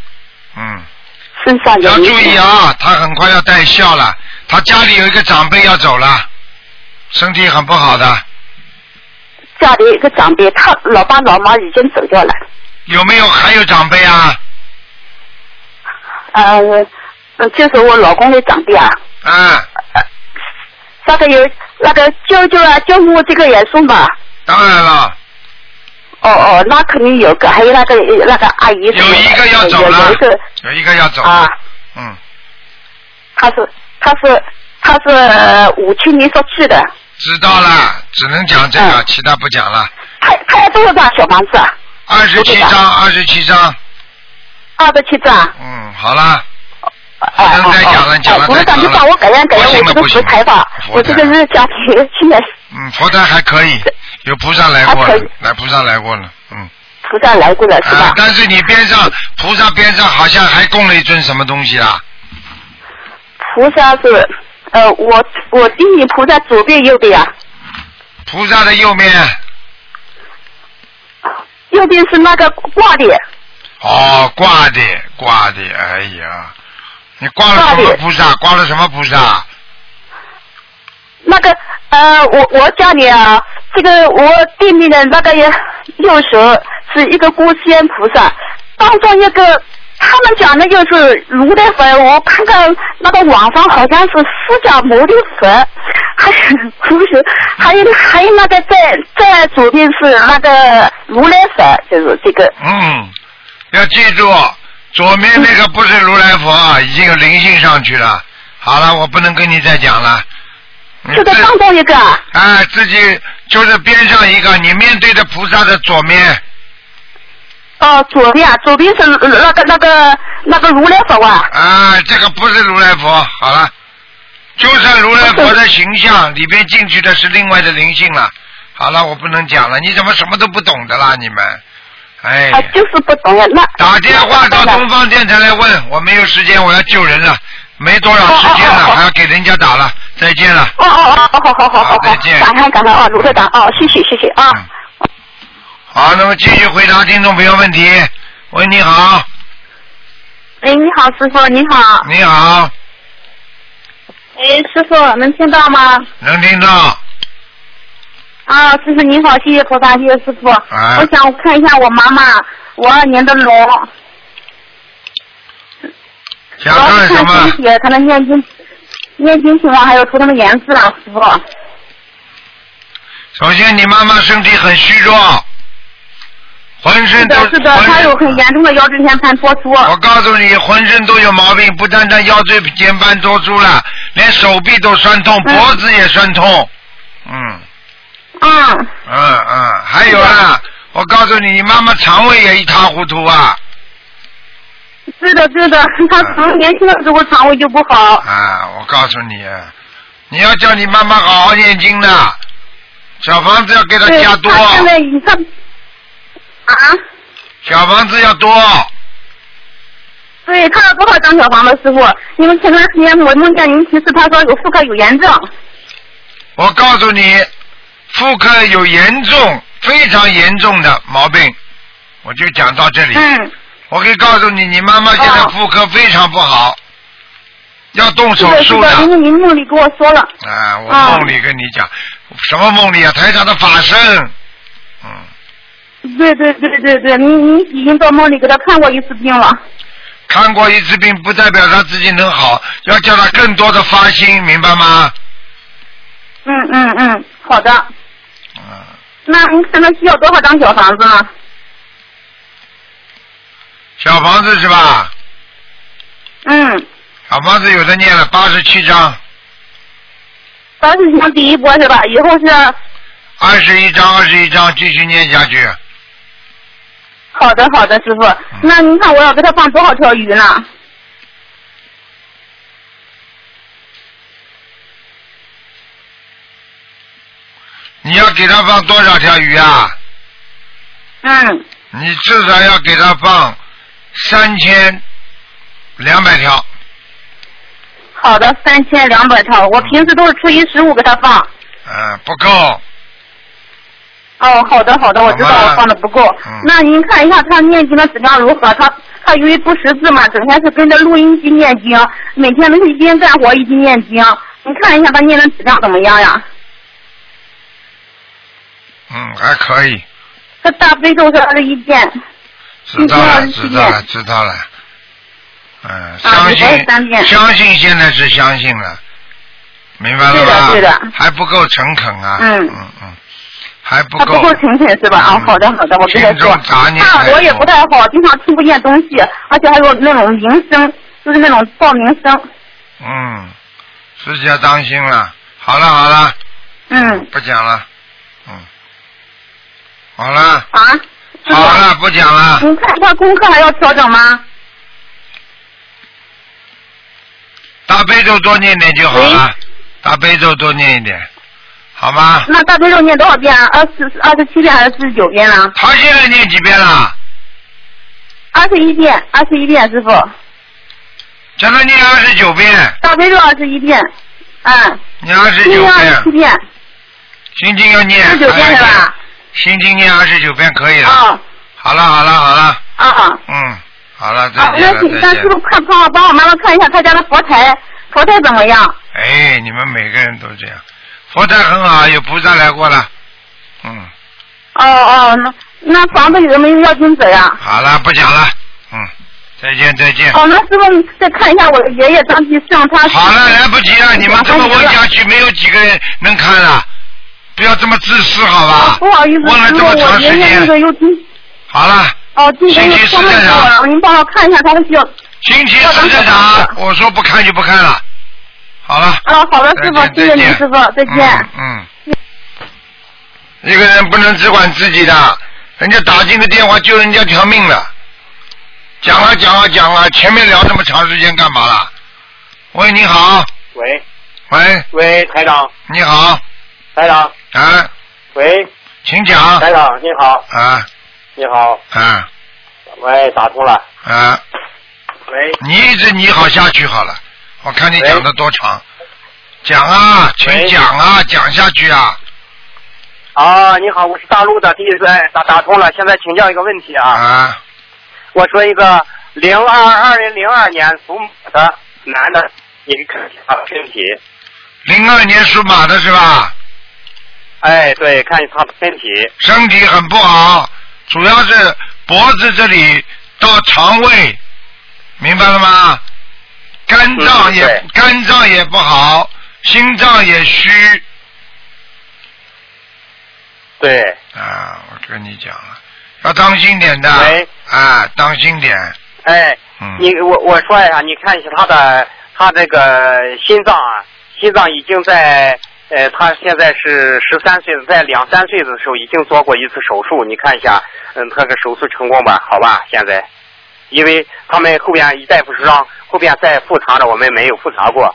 Speaker 1: 嗯。
Speaker 3: 身上有
Speaker 1: 要注
Speaker 3: 灵
Speaker 1: 意
Speaker 3: 性，
Speaker 1: 啊，他很快要带孝了，他家里有一个长辈要走了，身体很不好的，
Speaker 3: 家里一个长辈，他老爸老妈已经走掉了。
Speaker 1: 有没有还有长辈啊？
Speaker 3: 呃，嗯，就是我老公的长辈啊，
Speaker 1: 啊，
Speaker 3: 那个有那个舅舅啊，舅母这个也算吧。
Speaker 1: 当然了，
Speaker 3: 哦哦，那肯定有个，还有那个那个阿姨什
Speaker 1: 有
Speaker 3: 么的。
Speaker 1: 一个要走
Speaker 3: 有
Speaker 1: 了
Speaker 3: 有一个，
Speaker 1: 有一个要走，
Speaker 3: 啊，
Speaker 1: 嗯，
Speaker 3: 他是他是他是呃五七年所去的，
Speaker 1: 知道了，只能讲这个，
Speaker 3: 嗯
Speaker 1: 其他不讲了。
Speaker 3: 他他要多少张小房子啊？
Speaker 1: 二十七章，二十七章，
Speaker 3: 二十七张啊。
Speaker 1: 嗯，好了，
Speaker 3: 哎哎
Speaker 1: 不能再讲了
Speaker 3: 哎
Speaker 1: 讲了
Speaker 3: 哎不
Speaker 1: 太
Speaker 3: 是
Speaker 1: 长
Speaker 3: 讲
Speaker 1: 了
Speaker 3: 就讲我改样改样，
Speaker 1: 不行了
Speaker 3: 我这
Speaker 1: 不
Speaker 3: 个
Speaker 1: 行
Speaker 3: 是台吧，
Speaker 1: 佛
Speaker 3: 我这
Speaker 1: 台
Speaker 3: 个是家庭现在
Speaker 1: 嗯，佛台还可以，有菩萨来过
Speaker 3: 还
Speaker 1: 了
Speaker 3: 可以，
Speaker 1: 来菩萨来过了，嗯，
Speaker 3: 菩萨来过了是
Speaker 1: 啊
Speaker 3: 吧，？
Speaker 1: 但是你边上菩萨边上好像还供了一尊什么东西啊？
Speaker 3: 菩萨是呃，我我地理菩萨左边右边啊。
Speaker 1: 菩萨的右面。
Speaker 3: 右边是那个挂的，
Speaker 1: 哦，挂的挂的，哎呀，你挂了什
Speaker 3: 挂
Speaker 1: 么
Speaker 3: 的
Speaker 1: 菩萨？挂了什么菩萨？
Speaker 3: 那个呃，我我家里啊，这个我对面的那个右手是一个观世音菩萨，当中一个他们讲的就是如来佛，我看看那个网上好像是释迦牟尼佛，还有不是，还有还有那个在在左边是那个如来佛，就是 这个
Speaker 1: 嗯，要记住，左面那个不是如来佛，啊，已经有灵性上去了。好了，我不能跟你再讲了。你
Speaker 3: 就在
Speaker 1: 自
Speaker 3: 当中一个啊，
Speaker 1: 哎，自己就是边上一个，你面对的菩萨的左面，
Speaker 3: 呃哦，左边啊，左边是那个那个那个如来佛啊，
Speaker 1: 啊，这个不是如来佛，好了，就算如来佛的形象里边进去的是另外的灵性了。好了，我不能讲了，你怎么什么都不懂的啦？你们，哎，
Speaker 3: 啊就是不懂呀。那
Speaker 1: 打电话到东方电台来问，我没有时间，我要救人了，没多少时间
Speaker 3: 哦哦哦
Speaker 1: 了，
Speaker 3: 哦
Speaker 1: 还要给人家打了，再见了。
Speaker 3: 哦哦哦，好好好
Speaker 1: 好
Speaker 3: 好
Speaker 1: 再见
Speaker 3: 感恩感恩
Speaker 5: 哦
Speaker 3: 啊，卢队长啊，谢谢谢谢啊。
Speaker 1: 嗯好，那么继续回答听众朋友问题。喂，你好，
Speaker 5: 哎，你好，师傅，你好。
Speaker 1: 你好，
Speaker 5: 哎，师傅，能听到吗？
Speaker 1: 能听到？
Speaker 5: 啊，师傅你好，谢谢菩萨，谢谢师傅。
Speaker 1: 哎
Speaker 5: 我想看一下我妈妈，五二年的龙，我
Speaker 1: 想
Speaker 5: 要
Speaker 1: 看
Speaker 5: 是
Speaker 1: 啊什
Speaker 5: 看身
Speaker 1: 么？
Speaker 5: 体，看她的念经，念经情况，还有图腾的颜色啊，师傅。
Speaker 1: 首先，你妈妈身体很虚弱，浑
Speaker 5: 是
Speaker 1: 身
Speaker 5: 的
Speaker 1: 都，
Speaker 5: 是的，
Speaker 1: 浑身
Speaker 5: 她有很严重的腰椎间盘突出。
Speaker 1: 我告诉你，浑身都有毛病，不单单腰椎间盘突出了，连手臂都酸痛，
Speaker 5: 嗯
Speaker 1: 脖子也酸痛。嗯
Speaker 5: 嗯，
Speaker 1: 嗯嗯，还有啊，我告诉你，你妈妈肠胃也一塌糊涂啊
Speaker 5: 是的，是 的，她从年轻的时候肠胃就不好。
Speaker 1: 啊！我告诉你，你要叫你妈妈好好念经的，小房子要给她
Speaker 5: 对，
Speaker 1: 加多，
Speaker 5: 她现在已她啊，
Speaker 1: 小房子要多。
Speaker 5: 对，她要多少张小房子，师傅？因为前段时间我梦见您提示她说有妇科有炎症。
Speaker 1: 我告诉你，妇科有严重、非常严重的毛病，我就讲到这里。
Speaker 5: 嗯，
Speaker 1: 我可以告诉你，你妈妈现在
Speaker 5: 哦
Speaker 1: 妇科非常不好，要动
Speaker 5: 是
Speaker 1: 手
Speaker 5: 的，是
Speaker 1: 术
Speaker 5: 的，因
Speaker 1: 的。
Speaker 5: 为您梦里跟我说了。
Speaker 1: 啊，我
Speaker 5: 哦
Speaker 1: 梦里跟你讲，什么梦里啊？台长的法身，嗯，
Speaker 5: 对对对对对，您您已经做梦里给他看过一次病了。
Speaker 1: 看过一次病不代表他自己能好，要叫他更多的发心，明白吗？
Speaker 5: 嗯嗯嗯，好的。
Speaker 1: 嗯，
Speaker 5: 那您看他需要多少张小房子呢？
Speaker 1: 小房子是吧？
Speaker 5: 嗯，
Speaker 1: 小房子有的念了八十七章，
Speaker 5: 当时想第一波是吧？以后是
Speaker 1: 二十一章，二十一章，继续念下去。
Speaker 5: 好的好的，师傅。
Speaker 1: 嗯
Speaker 5: 那您看我要给他放多少条鱼呢？
Speaker 1: 你要给他放多少条鱼啊？
Speaker 5: 嗯，
Speaker 1: 你至少要给他放三千两百条。
Speaker 5: 好的，三千两百条。我平时都是初一十五给他放。
Speaker 1: 嗯，不够，
Speaker 5: 哦，好的好的，我知道
Speaker 1: 好吧
Speaker 5: 我放的不够。
Speaker 1: 嗯
Speaker 5: 那您看一下他念经的质量如何？他他由于不识字嘛，整天是跟着录音机念经，每天都是一边干活一边念经。您看一下他念的质量怎么样呀？
Speaker 1: 嗯，还可以，
Speaker 5: 他大悲咒是二十一遍，
Speaker 1: 知道了，
Speaker 5: 嗯
Speaker 1: 知道了，知道了。嗯，
Speaker 5: 啊
Speaker 1: 相
Speaker 5: 礼拜三
Speaker 1: 信，
Speaker 5: 遍
Speaker 1: 相信现在是相信了，明白了吧？
Speaker 5: 对的对的
Speaker 1: 还不够诚恳啊。
Speaker 5: 嗯
Speaker 1: 嗯嗯，还不
Speaker 5: 他
Speaker 1: 够。
Speaker 5: 不够诚恳是吧？啊
Speaker 1: 嗯，
Speaker 5: 好的好的，我知道
Speaker 1: 心中
Speaker 5: 做。
Speaker 1: 杂念
Speaker 5: 大
Speaker 1: 太
Speaker 5: 啊我也
Speaker 1: 多
Speaker 5: 不太好，经常听不见东西，而且还有那种铃声，就是那种噪铃声。
Speaker 1: 嗯，自己要当心了。好了好了，
Speaker 5: 嗯
Speaker 1: 不讲了。嗯，好了。
Speaker 5: 啊，师
Speaker 1: 好
Speaker 5: 傅，
Speaker 1: 了，不讲了。
Speaker 5: 您看他功课还要调整吗？
Speaker 1: 大悲咒多念点就好了，大悲咒多念一点，好吗？
Speaker 5: 那大悲咒念多少遍啊？二十二十七遍还是四十九遍啊？
Speaker 1: 他现在念几遍了？
Speaker 5: 二十一遍，二十一遍，啊师傅，
Speaker 1: 叫他念二十九遍，
Speaker 5: 大悲咒二十一遍，嗯，
Speaker 1: 念二十
Speaker 5: 心
Speaker 1: 九
Speaker 5: 经二
Speaker 1: 遍
Speaker 5: 十七，遍，
Speaker 1: 心经要念
Speaker 5: 四十九遍是吧？？
Speaker 1: 心经念二十九遍可以了。
Speaker 5: 啊
Speaker 1: 好了好了好了，
Speaker 5: 啊啊！
Speaker 1: 嗯，好了再
Speaker 5: 啊
Speaker 1: 见
Speaker 5: 那请
Speaker 1: 了再
Speaker 5: 让
Speaker 1: 见
Speaker 5: 师傅
Speaker 1: 了。
Speaker 5: 看帮我帮我妈妈看一下她家的佛台，佛台怎么样？
Speaker 1: 哎，你们每个人都这样，佛台很好，有菩萨来过了。嗯，
Speaker 5: 哦哦，那那房子有没有要金子呀？
Speaker 1: 好了不讲了，嗯，再见再见。
Speaker 5: 哦，那师傅你再看一下我的爷爷张吉胜，他
Speaker 1: 好了，来不及
Speaker 5: 哦
Speaker 1: 了，你们这么问下
Speaker 5: 啊
Speaker 1: 去，没有几个人能看了。不要这么自私，好吧？
Speaker 5: 哦不好意思，
Speaker 1: 问了
Speaker 5: 师
Speaker 1: 这
Speaker 5: 傅，
Speaker 1: 么
Speaker 5: 我
Speaker 1: 长
Speaker 5: 爷
Speaker 1: 时
Speaker 5: 爷那个
Speaker 1: 间，
Speaker 5: 有金
Speaker 1: 好了，
Speaker 5: 哦，金子
Speaker 1: 星
Speaker 5: 有
Speaker 1: 期
Speaker 5: 双
Speaker 1: 四
Speaker 5: 面
Speaker 1: 再
Speaker 5: 条
Speaker 1: 讲
Speaker 5: 了，您帮我看一下他的需要。
Speaker 1: 星期四再打。我说不看就不看了，好了。
Speaker 5: 哦，好的，
Speaker 1: 再
Speaker 5: 师
Speaker 1: 见
Speaker 5: 傅，谢谢您，师傅，再见。。
Speaker 1: 嗯嗯。一个人不能只管自己的，人家打进个电话救人家条命了。讲了讲了讲了，前面聊那么长时间干嘛啦？喂，你好，
Speaker 6: 喂
Speaker 1: 喂，
Speaker 6: 喂，台长，
Speaker 1: 你好，
Speaker 6: 台长，
Speaker 1: 啊，
Speaker 6: 喂，
Speaker 1: 请讲，
Speaker 6: 台长，你好，
Speaker 1: 啊
Speaker 6: 你好，
Speaker 1: 啊
Speaker 6: 喂，打通了，
Speaker 1: 啊！
Speaker 6: 喂，
Speaker 1: 你一直你好下去好了，我看你讲的多长，讲啊，请
Speaker 6: 喂
Speaker 1: 讲啊，讲下去啊，
Speaker 6: 啊，你好，我是大陆的，第一次哎打打通了，现在请教一个问题啊，
Speaker 1: 啊，
Speaker 6: 我说一个零二二零零二年属马的男的，你看他的身体，
Speaker 1: 零二年属马的是吧？
Speaker 6: 哎，对，看他的身体，
Speaker 1: 身体很不好，主要是脖子这里到肠胃，明白了吗？肝脏也、
Speaker 6: 嗯
Speaker 1: 肝脏也不好，心脏也虚
Speaker 6: 对，
Speaker 1: 啊！我跟你讲了，要当心点的
Speaker 6: 喂，
Speaker 1: 啊，当心点，
Speaker 6: 哎，
Speaker 1: 嗯，
Speaker 6: 你我我说一下，你看一下他的他这个心脏啊，心脏已经在呃，他现在是十三岁的，在两三岁的时候已经做过一次手术，你看一下，嗯，他这个手术成功吧？好吧，现在，因为他们后边一大夫是让后边再复查的，我们没有复查过。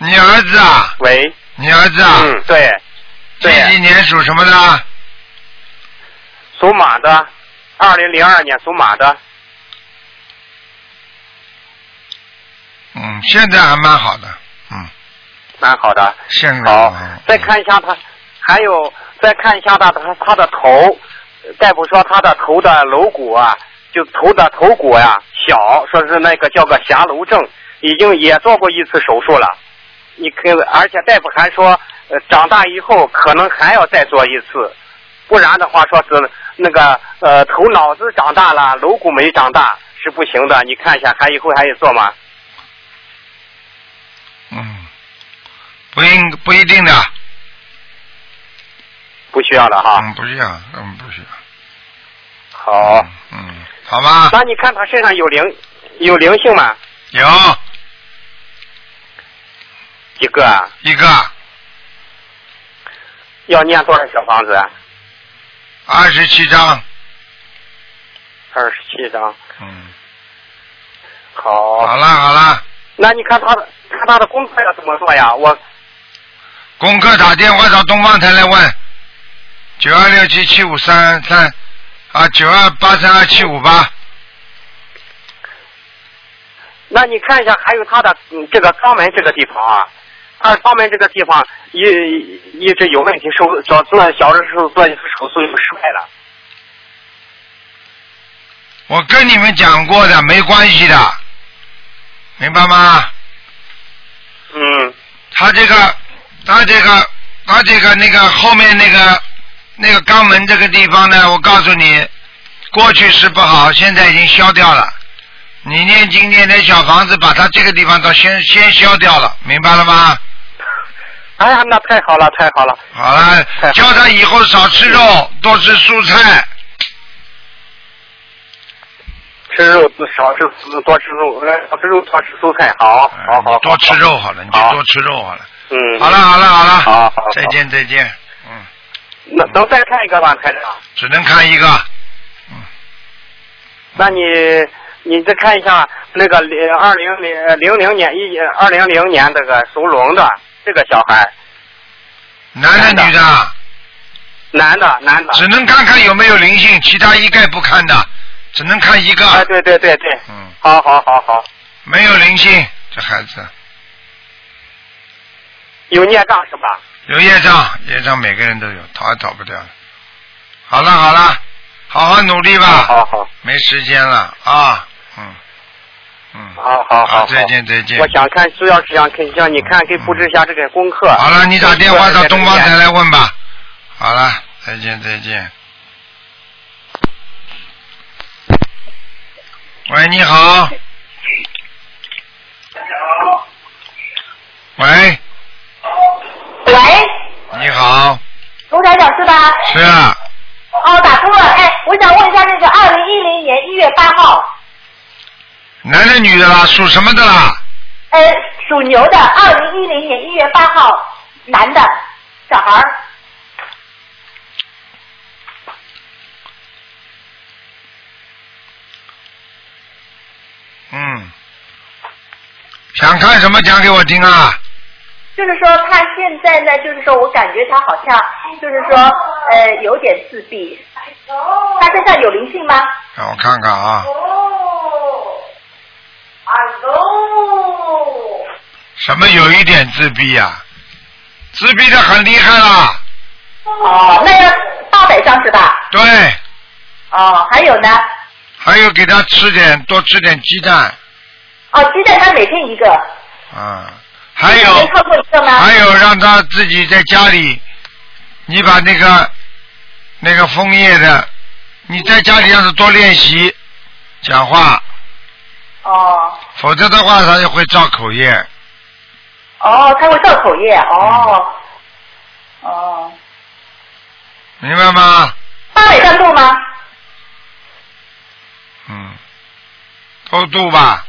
Speaker 1: 你儿子啊，
Speaker 6: 喂，
Speaker 1: 你儿子啊，
Speaker 6: 嗯，对，
Speaker 1: 几
Speaker 6: 对，啊
Speaker 1: 几年属什么的？
Speaker 6: 属马的，二零零二年属马的，
Speaker 1: 嗯，现在还蛮好的，嗯，
Speaker 6: 蛮好的。
Speaker 1: 现在
Speaker 6: 好
Speaker 1: 蛮的，
Speaker 6: 再看一下他，还有再看一下他他他的头，大夫说他的头的颅骨啊，就头的头骨呀、小，说是那个叫个狭颅症，已经也做过一次手术了。你可而且大夫还说，呃，长大以后可能还要再做一次，不然的话说是那个呃头脑子长大了，颅骨没长大是不行的。你看一下，还以后还得做吗？
Speaker 1: 嗯，不应不一定的，
Speaker 6: 不需要了哈。
Speaker 1: 嗯，不需要，嗯，不需要。
Speaker 6: 好。
Speaker 1: 嗯，好吧，
Speaker 6: 那你看他身上有灵有灵性吗？
Speaker 1: 有
Speaker 6: 几个啊？
Speaker 1: 一个
Speaker 6: 要念多少小房子？啊？
Speaker 1: 二十七张，
Speaker 6: 二十七张。
Speaker 1: 嗯，
Speaker 6: 好。
Speaker 1: 好了好了，
Speaker 6: 那你看他的看他的功课要怎么做呀？我
Speaker 1: 功课打电话到东方台来问，九二六七七五三三啊，九二八三二七五八，
Speaker 6: 那你看一下，还有他的嗯这个肛门这个地方啊，他肛门这个地方一一直有问题，手小做小的时候做一次手术又失败了。
Speaker 1: 我跟你们讲过的，没关系的，明白吗？
Speaker 6: 嗯，
Speaker 1: 他这个，他这个，他这个那个后面那个那个肛门这个地方呢，我告诉你，过去是不好，现在已经消掉了。你念经念点小房子，把它这个地方都先先消掉了，明白了吗？
Speaker 6: 哎呀，那太好了，太好了。
Speaker 1: 好了
Speaker 6: 太好，了
Speaker 1: 教他以后少吃肉，
Speaker 6: 嗯
Speaker 1: 多吃蔬菜。
Speaker 6: 吃肉少吃多吃肉，呃少吃肉多吃蔬菜，好，好好，
Speaker 1: 嗯多吃肉好了，你就
Speaker 6: 好
Speaker 1: 多吃肉好了。
Speaker 6: 嗯，
Speaker 1: 好了，好了好了，
Speaker 6: 好好好
Speaker 1: 再见再见。嗯，
Speaker 6: 能能再看一个吧，啊台长？
Speaker 1: 只能看一个。
Speaker 6: 那你你再看一下那个零二零零零零年一二零零年这个属龙的这个小孩，
Speaker 1: 男
Speaker 6: 男的
Speaker 1: 的女的啊？
Speaker 6: 男的男的，
Speaker 1: 只能看看有没有灵性，其他一概不看的，只能看一个。
Speaker 6: 哎对对对对，
Speaker 1: 嗯，
Speaker 6: 好好好好，
Speaker 1: 没有灵性，这孩子
Speaker 6: 有孽障是吧？
Speaker 1: 有业障，业障每个人都有，逃也逃不掉的。好了好了，好好努力吧，
Speaker 6: 好好
Speaker 1: 没时间了啊，嗯嗯，
Speaker 6: 好好好，
Speaker 1: 再见再见
Speaker 6: 我。想看，主要是想看，让你看，给布置一下这个功课。
Speaker 1: 嗯好了，你打电话到东方台
Speaker 6: 来。
Speaker 1: 来问吧。好了，再见再见。喂，你好。喂，
Speaker 7: 喂，
Speaker 1: 你好，
Speaker 7: 卢台长是吧？
Speaker 1: 是啊，
Speaker 7: 哦，打通了。哎，我想问一下那个二零一零年一月八号，
Speaker 1: 男的女的啦，属什么的啦？
Speaker 7: 呃，属牛的，二零一零年一月八号，男的，小孩儿，
Speaker 1: 嗯想看什么讲给我听啊？
Speaker 7: 就是说他现在呢，就是说我感觉他好像就是说呃有点自闭。他身上有灵性吗？
Speaker 1: 让我看看啊，什么有一点自闭啊？自闭的很厉害啦。
Speaker 7: 哦，那要八百张是吧？
Speaker 1: 对，
Speaker 7: 哦，还有呢？
Speaker 1: 还有给他吃点，多吃点鸡蛋
Speaker 7: 哦，鸡蛋他每天一个，
Speaker 1: 啊，还
Speaker 7: 没
Speaker 1: 有
Speaker 7: 超过一个吗？
Speaker 1: 还有让他自己在家里，你把那个那个枫叶的，你在家里让他多练习讲话，
Speaker 7: 哦
Speaker 1: 否则的话他就会造口业。
Speaker 7: 哦，他会造口业哦哦，
Speaker 1: 明白吗？
Speaker 7: 八百张够吗？
Speaker 1: 嗯，偷渡吧。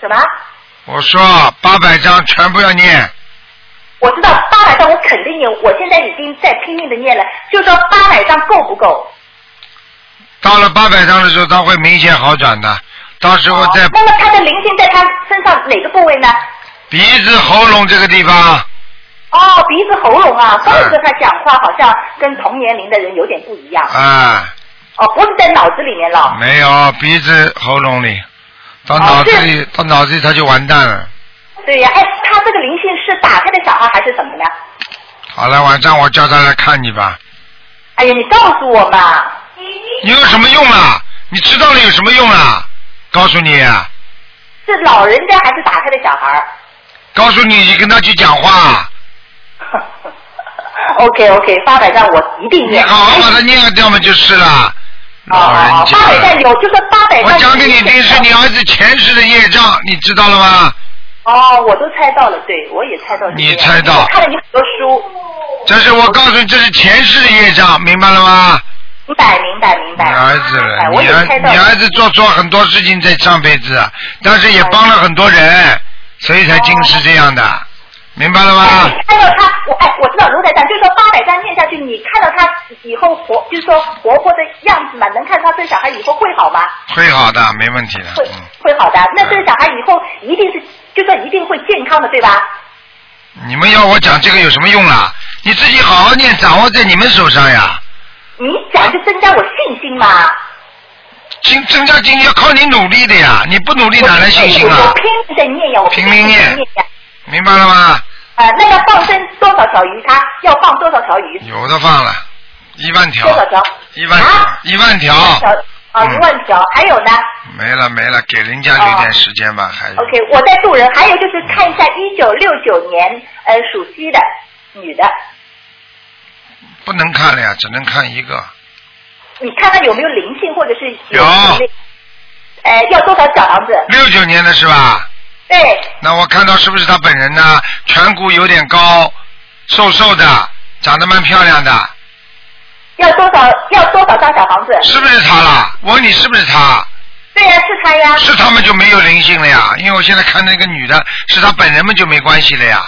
Speaker 7: 什么？
Speaker 1: 我说八百张全部要念，
Speaker 7: 我知道八百张我肯定有，我现在已经在拼命的念了，就说八百张够不够？
Speaker 1: 到了八百张的时候，他会明显好转的。到时候在
Speaker 7: 哦那么他的灵性在他身上哪个部位呢？
Speaker 1: 鼻子、喉咙这个地方，
Speaker 7: 哦，鼻子、喉咙
Speaker 1: 嗯
Speaker 7: 啊，怪不得他讲话好像跟同年龄的人有点不一样。
Speaker 1: 啊，
Speaker 7: 哦，不是在脑子里面了。
Speaker 1: 没有鼻子、喉咙里，到脑
Speaker 7: 哦
Speaker 1: 子里，到脑子里他就完蛋了。
Speaker 7: 对呀、哎，他这个灵性是打开的小孩还是怎么呢？
Speaker 1: 好了，晚上我叫他来看你吧。
Speaker 7: 哎呀，你告诉我嘛。
Speaker 1: 你有什么用啦？你知道了有什么用啦？告诉你，
Speaker 7: 是老人家还是打开的小孩儿
Speaker 1: 告诉你，你跟他去讲话，
Speaker 7: ？OK OK，八百张我一定
Speaker 1: 你
Speaker 7: 念。
Speaker 1: 好好把它念掉嘛就是了。
Speaker 7: 哦
Speaker 1: 老人
Speaker 7: 哦，
Speaker 1: 家。
Speaker 7: 八百张有，就说八百张。
Speaker 1: 我讲给你听，是你。儿子前世的业障，你知道了吗？
Speaker 7: 哦，我都猜到了，对我也猜到是这样。
Speaker 1: 你猜到
Speaker 7: 我看了你很多书，
Speaker 1: 这是我告诉你，这是前世的业障，明白了吗？
Speaker 7: 明白明白明
Speaker 1: 你
Speaker 7: 白。
Speaker 1: 儿子了
Speaker 7: 哎，我
Speaker 1: 你
Speaker 7: 也
Speaker 1: 儿
Speaker 7: 猜到了。
Speaker 1: 你儿子做错很多事情在上辈子，但是也帮了很多
Speaker 7: 哎
Speaker 1: 人，所以才今世这样的，明白了吗？
Speaker 7: 看哎到他，我哎，我知道卢台长，就是说八百张念下去，你看到他以后活，就是说活泼的样子嘛，能看他这小孩以后会好吗？
Speaker 1: 会好的，没问题的，
Speaker 7: 会
Speaker 1: 嗯，
Speaker 7: 会好的。那这个小孩以后一定是，就说一定会健康的，对吧？
Speaker 1: 你们要我讲这个有什么用啦？你自己好好念，掌握在你们手上呀。
Speaker 7: 你讲就增加我信心嘛。
Speaker 1: 经增加经济要靠你努力的呀，你不努力哪来信心
Speaker 7: 我
Speaker 1: 啊
Speaker 7: 我？拼命的念呀，我
Speaker 1: 拼命念
Speaker 7: 念呀。
Speaker 1: 明白了吗？
Speaker 7: 呃，那要放生多少条鱼？他要放多少条鱼？
Speaker 1: 有的放了，一万条
Speaker 7: 多，少条？
Speaker 1: 一万
Speaker 7: 啊
Speaker 1: 一万条，
Speaker 7: 条啊，
Speaker 1: 嗯
Speaker 7: 一万条。还有呢
Speaker 1: 没了没了，给人家留点时间吧，还有
Speaker 7: 哦？OK，我在渡人。还有就是看一下一九六九年呃属鸡的女的。
Speaker 1: 不能看了呀，只能看一个，
Speaker 7: 你看看有没有灵性，或者是
Speaker 1: 有
Speaker 7: 呃，要多少小房子？
Speaker 1: 六九年的是吧？
Speaker 7: 对，
Speaker 1: 那我看到是不是他本人呢？颧骨有点高，瘦瘦的，长得蛮漂亮的，
Speaker 7: 要多少要多少张小房子？
Speaker 1: 是不是他啦？我问你是不是他？
Speaker 7: 对呀、是他呀。
Speaker 1: 是他们就没有灵性了呀，因为我现在看那个女的，是她本人们就没关系了呀。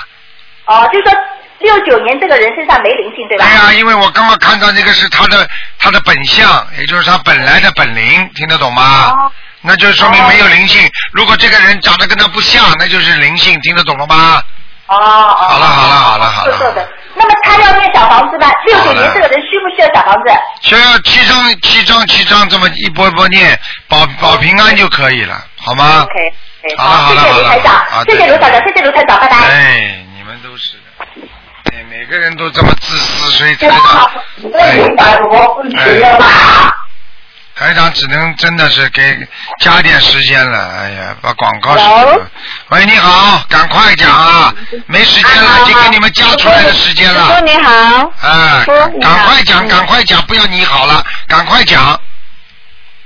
Speaker 7: 哦，就说六九年这个人身上没灵性，对吧
Speaker 1: 对？哎呀、因为我刚刚看到那个是她的她的本相，也就是她本来的本灵，听得懂吗？
Speaker 7: 哦
Speaker 1: 那就说明没有灵性。如果这个人长得跟他不像，那就是灵性，听得懂了吗？
Speaker 7: 哦哦。
Speaker 1: 好了好了好了好
Speaker 7: 瘦瘦
Speaker 1: 了
Speaker 7: 的，。那么他要念小房子吧？六九年这个人需不需要小房子？
Speaker 1: 需要七张七张七张这么一波一波念，保保平安就可以了，好吗
Speaker 7: OK，OK，
Speaker 1: 好了啊好
Speaker 7: 谢
Speaker 1: 了
Speaker 7: 谢
Speaker 1: 好
Speaker 7: 卢
Speaker 1: 了
Speaker 7: 台
Speaker 1: 啊
Speaker 7: 长，谢谢
Speaker 1: 对
Speaker 7: 卢台长，谢谢卢台长，拜拜。
Speaker 1: 哎，你们都是的，哎，每个人都这么自私，所以台长，哎，
Speaker 7: 哎
Speaker 1: 台长只能真的是给加点时间了，哎呀，把广告时间了。喂，你好，赶快讲啊，没时间了，已经给你们加出来的时间
Speaker 8: 师
Speaker 1: 了
Speaker 8: 傅，你好，师
Speaker 1: 哎，
Speaker 8: 傅你好
Speaker 1: 赶快讲，赶快讲，不要你好了，赶快讲，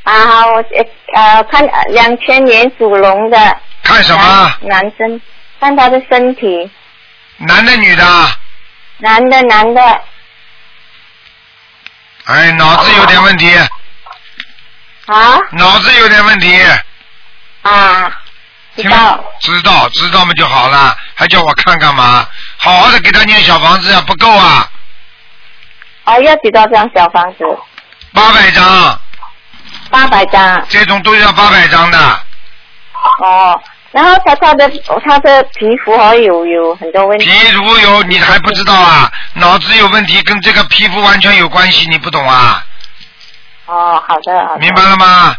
Speaker 8: 啊，我呃看两千年属龙的
Speaker 1: 看什么？
Speaker 8: 男男生，看他的身体，
Speaker 1: 男的女的？
Speaker 8: 男的男的，
Speaker 1: 哎，脑子有点问题，
Speaker 8: 啊
Speaker 1: 脑子有点问题。
Speaker 8: 啊，知
Speaker 1: 听
Speaker 8: 道
Speaker 1: 知道知道嘛就好了，还叫我看干嘛？好好的给他念小房子啊，不够啊，
Speaker 8: 哦，要几多张小房子？
Speaker 1: 八百张，
Speaker 8: 八百张，
Speaker 1: 这种都要八百张的。
Speaker 8: 哦，
Speaker 7: 然后他他的他的皮肤还有有很多问题
Speaker 1: 皮。肤有你还不知道啊？脑子有问题跟这个皮肤完全有关系，你不懂啊？
Speaker 7: 哦，好的，好的
Speaker 1: 明白了吗？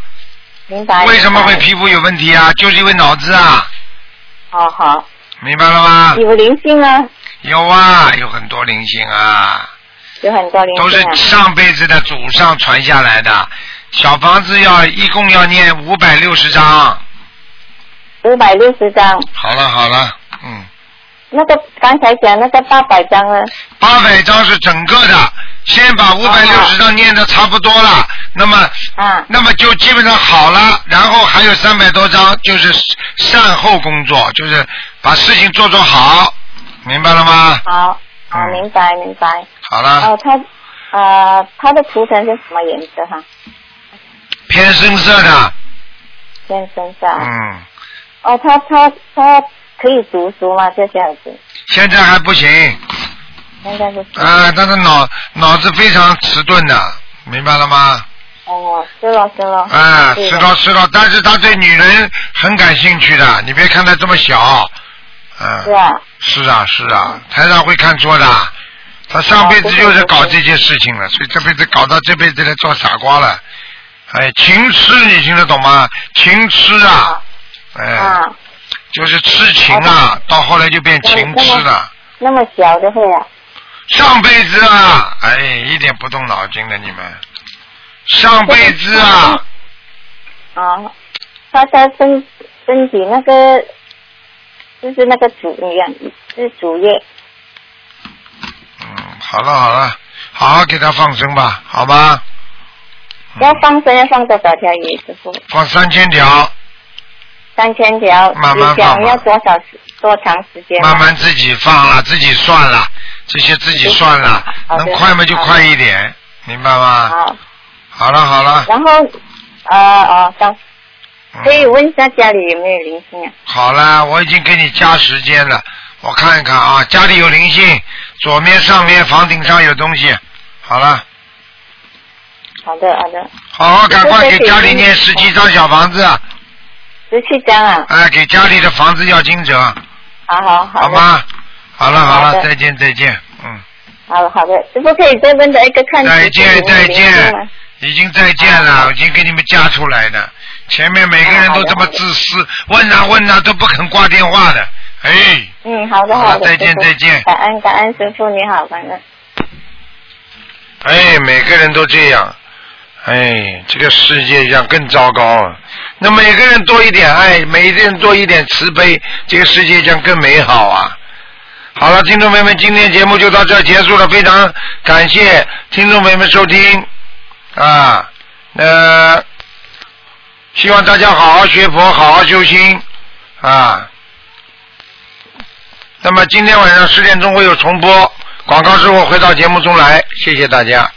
Speaker 7: 明白。
Speaker 1: 为什么会
Speaker 7: 明白？
Speaker 1: 皮肤有问题啊？就是因为脑子啊，
Speaker 7: 哦好，
Speaker 1: 明白了吗？
Speaker 7: 有灵性啊，
Speaker 1: 有啊，有很多灵性啊，
Speaker 7: 有很多灵
Speaker 1: 都是
Speaker 7: 性啊。
Speaker 1: 上辈子的祖上传下来的。小房子要一共要念五百六十张。
Speaker 7: 五百六十张，
Speaker 1: 好了好了，嗯，
Speaker 7: 那个刚才讲那个八百张啊，
Speaker 1: 八百张是整个的，先把五百六十张念的差不多了，那么
Speaker 7: 啊，
Speaker 1: 那么就基本上好了，然后还有三百多张，就是善后工作，就是把事情做做好，明白了吗？
Speaker 7: 好，好，
Speaker 1: 嗯啊
Speaker 7: 明白明白。
Speaker 1: 好了，
Speaker 7: 哦，他呃，他的图腾是什么颜色哈？
Speaker 1: 偏深色
Speaker 7: 啊
Speaker 1: 的，
Speaker 7: 先生色啊。
Speaker 1: 嗯，
Speaker 7: 哦，他他他可以读书吗？就这样子，
Speaker 1: 现在还不行，
Speaker 7: 应该是。
Speaker 1: 啊、但是脑脑子非常迟钝的，明白了吗？
Speaker 7: 哦，是了是了。
Speaker 1: 啊、
Speaker 7: 对
Speaker 1: 知
Speaker 7: 的
Speaker 1: 道知道，但是他对女人很感兴趣的，你别看他这么小，嗯、
Speaker 7: 是啊，
Speaker 1: 是啊，是啊，台长会看错的。他上辈子就是搞这些事情了，所以这辈子搞到这辈子来做傻瓜了。哎，情痴，你听得懂吗？情痴啊，哎，
Speaker 7: 啊，
Speaker 1: 就是痴情啊，到后来就变情痴了。
Speaker 7: 那么小就会啊，
Speaker 1: 上辈子啊，哎，一点不动脑筋的你们。上辈子 啊，
Speaker 7: 啊，他他身身体那个就是那个主一样，是主业，
Speaker 1: 嗯，好了好了，好好给他放生吧，好吧？
Speaker 7: 要
Speaker 1: 嗯、
Speaker 7: 放生要放多少条鱼，师傅？
Speaker 1: 放三千条，
Speaker 7: 三千条，
Speaker 1: 慢慢
Speaker 7: 你想
Speaker 1: 放吧
Speaker 7: 要多少时多长时间？啊
Speaker 1: 慢慢自己放了，自己算了，这些自己算了，
Speaker 7: 好的
Speaker 1: 能快嘛就快一点，明白吗？
Speaker 7: 好，
Speaker 1: 好了好了，
Speaker 7: 然后呃哦，当可以
Speaker 1: 嗯，
Speaker 7: 问一下家里有没有灵性啊？
Speaker 1: 好了，我已经给你加时间了，我看一看啊，家里有灵性，左面上面房顶上有东西，好了，
Speaker 7: 好的好的，
Speaker 1: 好好赶快给家里
Speaker 7: 这个可以
Speaker 1: 念十七张小房子，
Speaker 7: 十七张啊，
Speaker 1: 哎，给家里的房子要经者，
Speaker 7: 好好好
Speaker 1: 好
Speaker 7: 的。
Speaker 1: 吗？好了好
Speaker 7: 好
Speaker 1: 了，
Speaker 7: 的
Speaker 1: 再见再见，嗯，
Speaker 7: 好好的，师傅可以再问的一个看
Speaker 1: 再见再见
Speaker 7: 吗？，
Speaker 1: 已经再见了，已经给你们加出来的。前面每个人都这么自私，问啊问啊都不肯挂电话的，哎，
Speaker 7: 嗯，好的
Speaker 1: 好了
Speaker 7: 好的，
Speaker 1: 再见
Speaker 7: 师傅
Speaker 1: 再见
Speaker 7: 感恩感恩师傅你好，感恩。
Speaker 1: 哎，每个人都这样，哎，这个世界上更糟糕啊。那每个人多一点爱，每个人多一点慈悲，这个世界将更美好啊。好了，听众朋友们，今天节目就到这儿结束了，非常感谢听众朋友们收听啊，呃，希望大家好好学佛，好好修心啊。那么今天晚上十点钟会有重播，广告之后回到节目中来，谢谢大家。